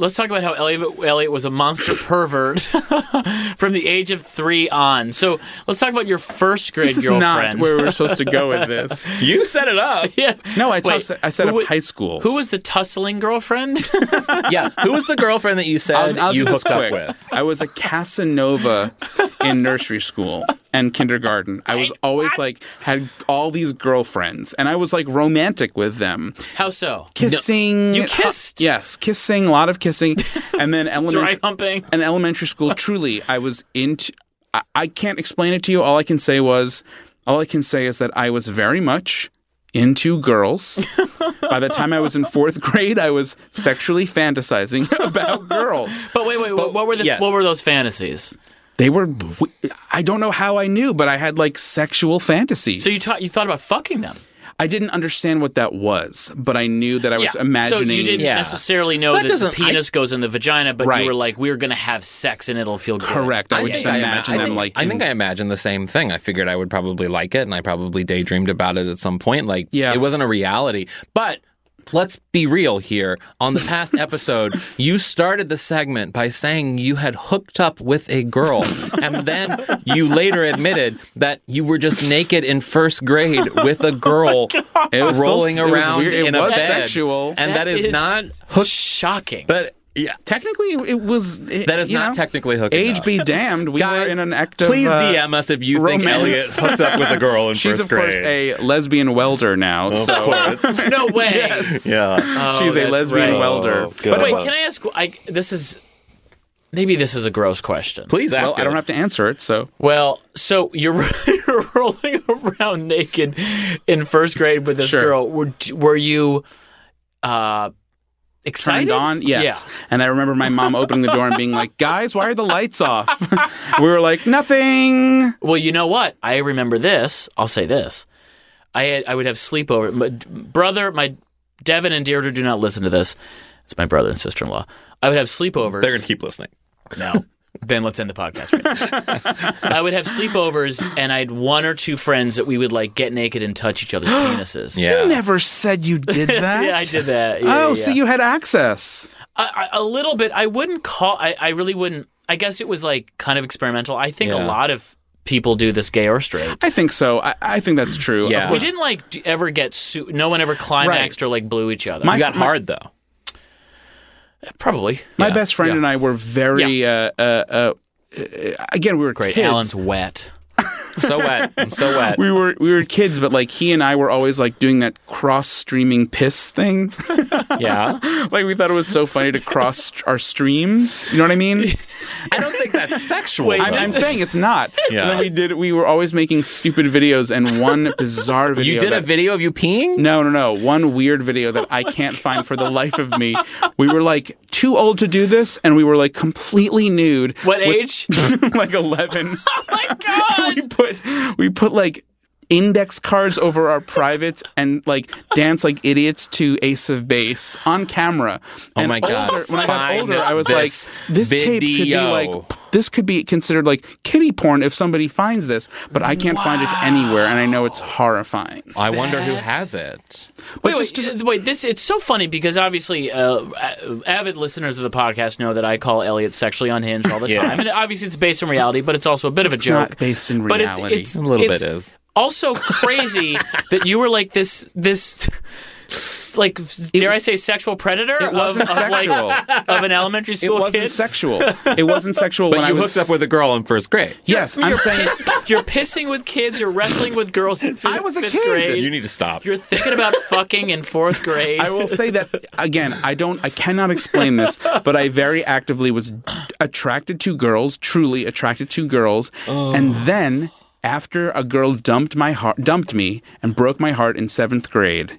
C: let's talk about how Elliot, Elliot was a monster pervert from the age of three on. So let's talk about your first grade
B: This is not
C: girlfriend.
B: where we're supposed to go with this.
G: You set it up.
C: yeah.
B: No, I
C: Wait,
B: talked, I said
C: who
B: up
C: wa-
B: high school.
C: Who was the tussling girlfriend?
D: yeah. Who was the girlfriend that you said
B: I'll
D: you
B: do this
D: hooked
B: quick.
D: up with?
B: I was a Casanova in nursery school and kindergarten. I was always like had all these girlfriends, and I was like romantic with them,
C: How so?
B: kissing.
C: You kissed?
B: yes, kissing, a lot of kissing, and then
C: Dry
B: elementary
C: humping.
B: and elementary school. Truly, I was into. I, I can't explain it to you. All I can say was, all I can say is that I was very much into girls. By the time I was in fourth grade, I was sexually fantasizing about girls.
C: But wait, wait, what, what were the
D: yes.
C: what were those fantasies?
B: They were. I don't know how I knew, but I had like sexual fantasies.
C: So you taught you thought about fucking them.
B: I didn't understand what that was, but I knew that I was imagining.
C: So you didn't
D: Yeah.
C: necessarily know
D: That
C: that, the
D: doesn't-
C: penis goes in the vagina, but you
B: Right.
C: were like, we're gonna have sex and it'll feel good.
B: Correct. I, would just
D: think ima-
B: imagine
D: I
B: them
D: think-
B: like.
D: I
B: in-
D: think I imagined the same thing. I figured I would probably like it, and I probably daydreamed about it at some point. Like,
B: Yeah.
D: it wasn't a reality, but. Let's be real here. On the past episode, you started the segment by saying you had hooked up with a girl, and then you later admitted that you were just naked in first grade with a girl
B: Oh It was still-
D: rolling
B: it was
D: around
B: weird. It
D: in a
B: was
D: bed.
B: sexual.
D: And that is, not
C: shocking.
D: But yeah,
B: Technically, it- it was. it-
D: That is
B: you
D: not
B: know,
D: technically hooking
B: Age
D: up.
B: be damned. We
D: guys,
B: were in an act of.
D: please
B: uh,
D: DM us if you think
B: romance.
D: Elliot hooked up with a girl in
B: She's
D: first
B: of
D: grade.
B: course a lesbian welder now. so
C: no way.
E: Yeah.
C: Oh,
B: she's a
C: that's
B: lesbian
C: right.
B: welder.
D: Oh,
E: good.
B: But
C: Wait,
B: well,
C: can I ask? I this is maybe this is a gross question.
D: Please ask.
B: I don't have to answer it. So
C: Well, so you're, you're rolling around naked in first grade with this
B: Sure.
C: girl. Were were you uh, excited?
B: turned on. Yes. And I remember my mom opening the door and being like, "Guys, why are the lights off?" we were like, "Nothing."
C: Well, you know what? I remember this. I'll say this. I had, I would have sleepover. My d- brother, my Devin and Deirdre do not listen to this. It's my brother and sister in law. I would have sleepovers.
D: They're gonna keep listening.
C: No. then let's end the podcast. Right now. I would have sleepovers, and I had one or two friends that we would like get naked and touch each other's penises.
D: Yeah.
B: You never said you did that.
C: yeah, I did that. Yeah,
B: Oh,
C: yeah,
B: so
C: yeah.
B: you had access.
C: I, I- a little bit. I wouldn't call. I, I really wouldn't. I guess it was like kind of experimental. I think a
D: Yeah.
C: lot of people do this, gay or straight.
B: I think so. I, I think that's true.
D: Yeah.
B: Of
C: We
B: course.
C: didn't like d- ever get su- no one ever climaxed or like blew each other.
B: My-
D: You got
B: My-
D: hard though. Eh,
C: Probably.
B: My best friend and I were very, uh, uh, uh, uh, again, we were
C: Great.
B: kids.
C: Alan's wet.
D: So wet. I'm so wet.
B: We were we were kids, but like he and I were always like doing that cross streaming piss thing.
D: yeah.
B: like we thought it was so funny to cross our streams. You know what I mean?
D: I don't think that's sexual.
B: I'm,
D: though.
B: I'm saying it's not.
D: Yeah.
B: And then we did. We were always making stupid videos, and one bizarre video.
D: you did a
B: that-
D: video of you peeing?
B: No, no, no. One weird video that I can't find for the life of me. We were like too old to do this, and we were like completely nude.
C: What
B: with-
C: age?
B: like eleven.
C: Oh My God.
B: we put we put like index cards over our privates and like dance like idiots to Ace of Base on camera. Oh and
D: my God.
B: Older, when I got
D: Find
B: older, I was
D: this
B: like, this tape could be
D: video.
B: like this could be considered like kitty porn if somebody finds this, but I can't find it anywhere, and I know it's horrifying.
D: I wonder who has it.
C: wait, wait, uh, wait. This it's so funny because obviously uh, a- avid listeners of the podcast know that I call Elliot sexually unhinged all the time, and obviously it's based in reality, but it's also a bit of a joke.
B: Not based in
C: But it's-
B: reality.
C: it's-
D: A little bit is.
C: also crazy that you were like this this like dare I say sexual predator
B: it wasn't
C: of, of, like,
B: sexual.
C: of an elementary
B: it
C: school
B: wasn't
C: kid.
B: sexual. It wasn't sexual
D: But
B: when
D: you
B: I was
D: hooked up with a girl in first grade.
B: Yes, I'm saying
C: piss- you're pissing with kids. You're wrestling with girls in fifth,
B: I was a
C: fifth
B: kid.
C: grade.
D: You need to stop.
C: You're thinking about fucking in fourth grade.
B: I will say that again. I don't. I cannot explain this, but I very actively was attracted to girls. Truly attracted to girls, and then after a girl dumped my heart, dumped me, and broke my heart in seventh grade.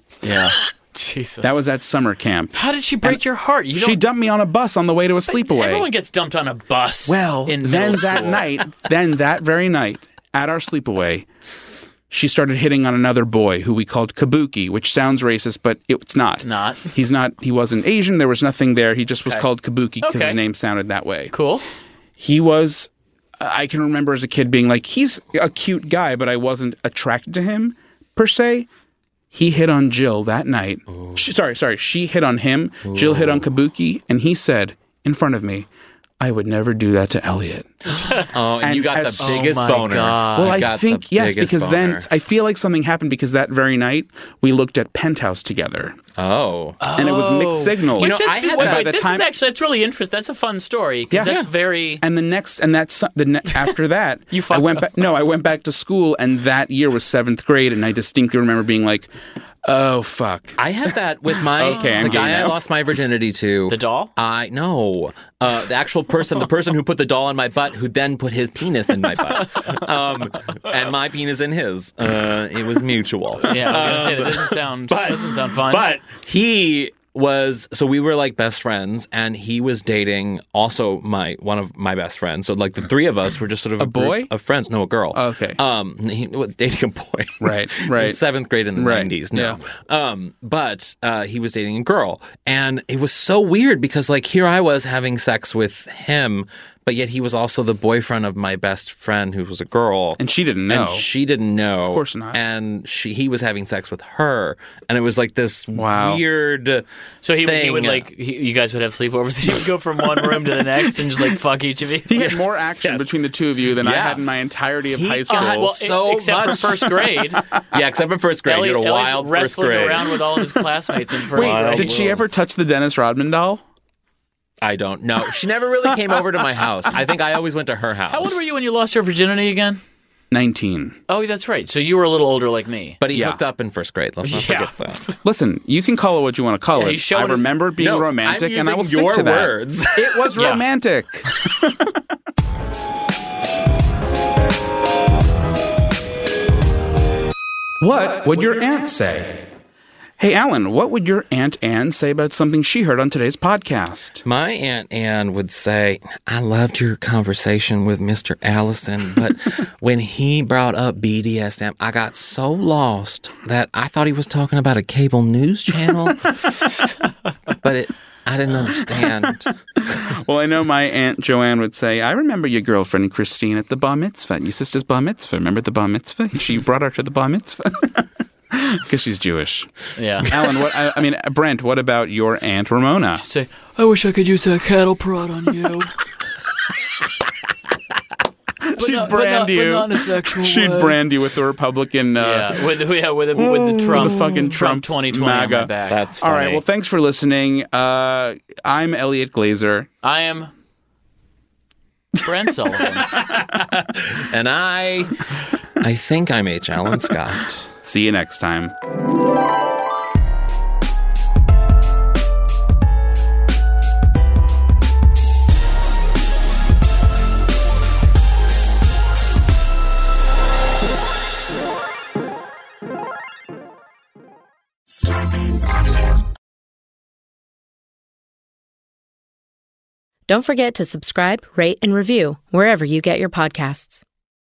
C: Jesus.
B: That was at summer camp.
C: How did she break your heart? You
B: She
C: don't.
B: dumped me on a bus on the way to a sleepaway.
C: Everyone gets dumped on a bus.
B: Well,
C: in
B: then
C: middle
B: that
C: school.
B: night, then that very night at our sleepaway, she started hitting on another boy who we called Kabuki, which sounds racist, but it's not.
C: Not.
B: He's not. He wasn't Asian. There was nothing there. He just was called Kabuki because
C: Okay.
B: his name sounded that way.
C: Cool.
B: He was. I can remember as a kid being like, he's a cute guy, but I wasn't attracted to him per se. He hit on Jill that night. She, sorry, sorry. She hit on him. Jill hit on Kabuki, and he said in front of me, "I would never do that to Elliot."
D: Oh, and,
B: And
D: you got
B: as-
D: the
B: Oh
D: biggest
C: my
D: boner.
C: God.
D: You
B: Well, I
D: got the
B: think yes,
D: biggest
B: because
D: boner.
B: then I feel like something happened because that very night we looked at Penthouse together,
D: oh,
B: and it was mixed signals.
C: You know,
D: know,
C: I
D: I had
C: wait, wait,
D: that-
C: this is actually that's really interesting. That's a fun story
B: Yeah.
C: because that's
B: Yeah.
C: very.
B: and the next and that's the ne- after that I
C: You fucked
B: went back no I went back to school and that year was 7th grade and I distinctly remember being like oh fuck
D: I had that with my
B: Okay, I'm
D: the
B: gay
D: guy I
B: now.
D: lost my virginity to.
C: The doll?
D: I no, uh, the actual person, the person who put the doll in my butt, who then put his penis in my butt, um, and my penis in his. Uh, it was mutual.
C: Yeah, I was gonna say that doesn't sound doesn't sound fun.
D: But he was so we were like best friends, and he was dating also my one of my best friends. So like the three of us were just sort of a, group
B: boy? Oh,
D: of friends. No, a girl.
B: Okay.
D: Um, he, what, dating a boy.
B: Right,
D: In
B: right.
D: seventh grade in the
B: Right,
D: nineties. No. Um, but uh, he was dating a girl, and it was so weird because like here I was having sex with him. But yet he was also the boyfriend of my best friend who was a girl.
B: and she didn't know
D: And she didn't know. Of
B: course not.
D: And she he was having sex with her. And it was like this
B: Wow.
D: weird
C: so he, would- he
D: thing.
C: would like he, you guys would have sleepovers. He would go from one room to the next and just like fuck each of you.
B: he had more action between the two of you than I
D: Yeah.
B: had in my entirety of
D: He-
B: high school
D: God,
C: well, e-
D: So
C: except
D: much.
C: for first grade,
D: Yeah, except for first grade.
C: Elliot,
D: you had a
C: Elliot's
D: wild first
C: wrestling
D: grade.
C: around with all of his classmates in first
B: wait
C: grade.
B: did she ever touch the Dennis Rodman doll
D: I don't know. She never really came over to my house. I think I always went to her house.
C: How old were you when you lost your virginity again?
B: 19
C: Oh, that's right. So you were a little older, like me.
D: but he
B: Yeah.
D: hooked up in first grade. Let's not
C: Yeah.
D: forget that.
B: listen you can call it what you want to call
C: Yeah, he
B: it
C: showed
B: I
C: it-
B: remember it being
D: No,
B: romantic
D: I'm
B: and I
D: using
B: will
D: your
B: stick to
D: words.
B: that it was
C: Yeah.
B: romantic What would your aunt say? Hey, Alan, what would your aunt Anne say about something she heard on today's podcast?
D: My Aunt Anne would say, I loved your conversation with Mr. Allison, but when he brought up BDSM, I got so lost that I thought he was talking about a cable news channel, but it, I didn't understand.
B: Well, I know my aunt Joanne would say, "I remember your girlfriend Christine at the bar mitzvah, your sister's bar mitzvah. Remember the bar mitzvah? She brought her to the bar mitzvah because she's Jewish."
C: Yeah.
B: Alan, what? I, I mean, Brent, what about your aunt Ramona?
C: Say, I wish I could use that cattle prod on you. But
B: She'd
C: not- but
B: brand
C: not- but
B: you.
C: not in a sexual
B: She'd
C: way.
B: brand you with the Republican. Uh,
C: yeah, with the, yeah, with the, with the Trump,
B: The fucking Trump
C: twenty twenty on my
B: MAGA.
C: back.
D: That's
B: All right. Well, thanks for listening. Uh, I'm Elliot Glazer.
C: I am Brent Sullivan.
D: and I, I think I'm H. Allen Scott.
B: See you next time.
H: Don't forget to subscribe, rate, and review wherever you get your podcasts.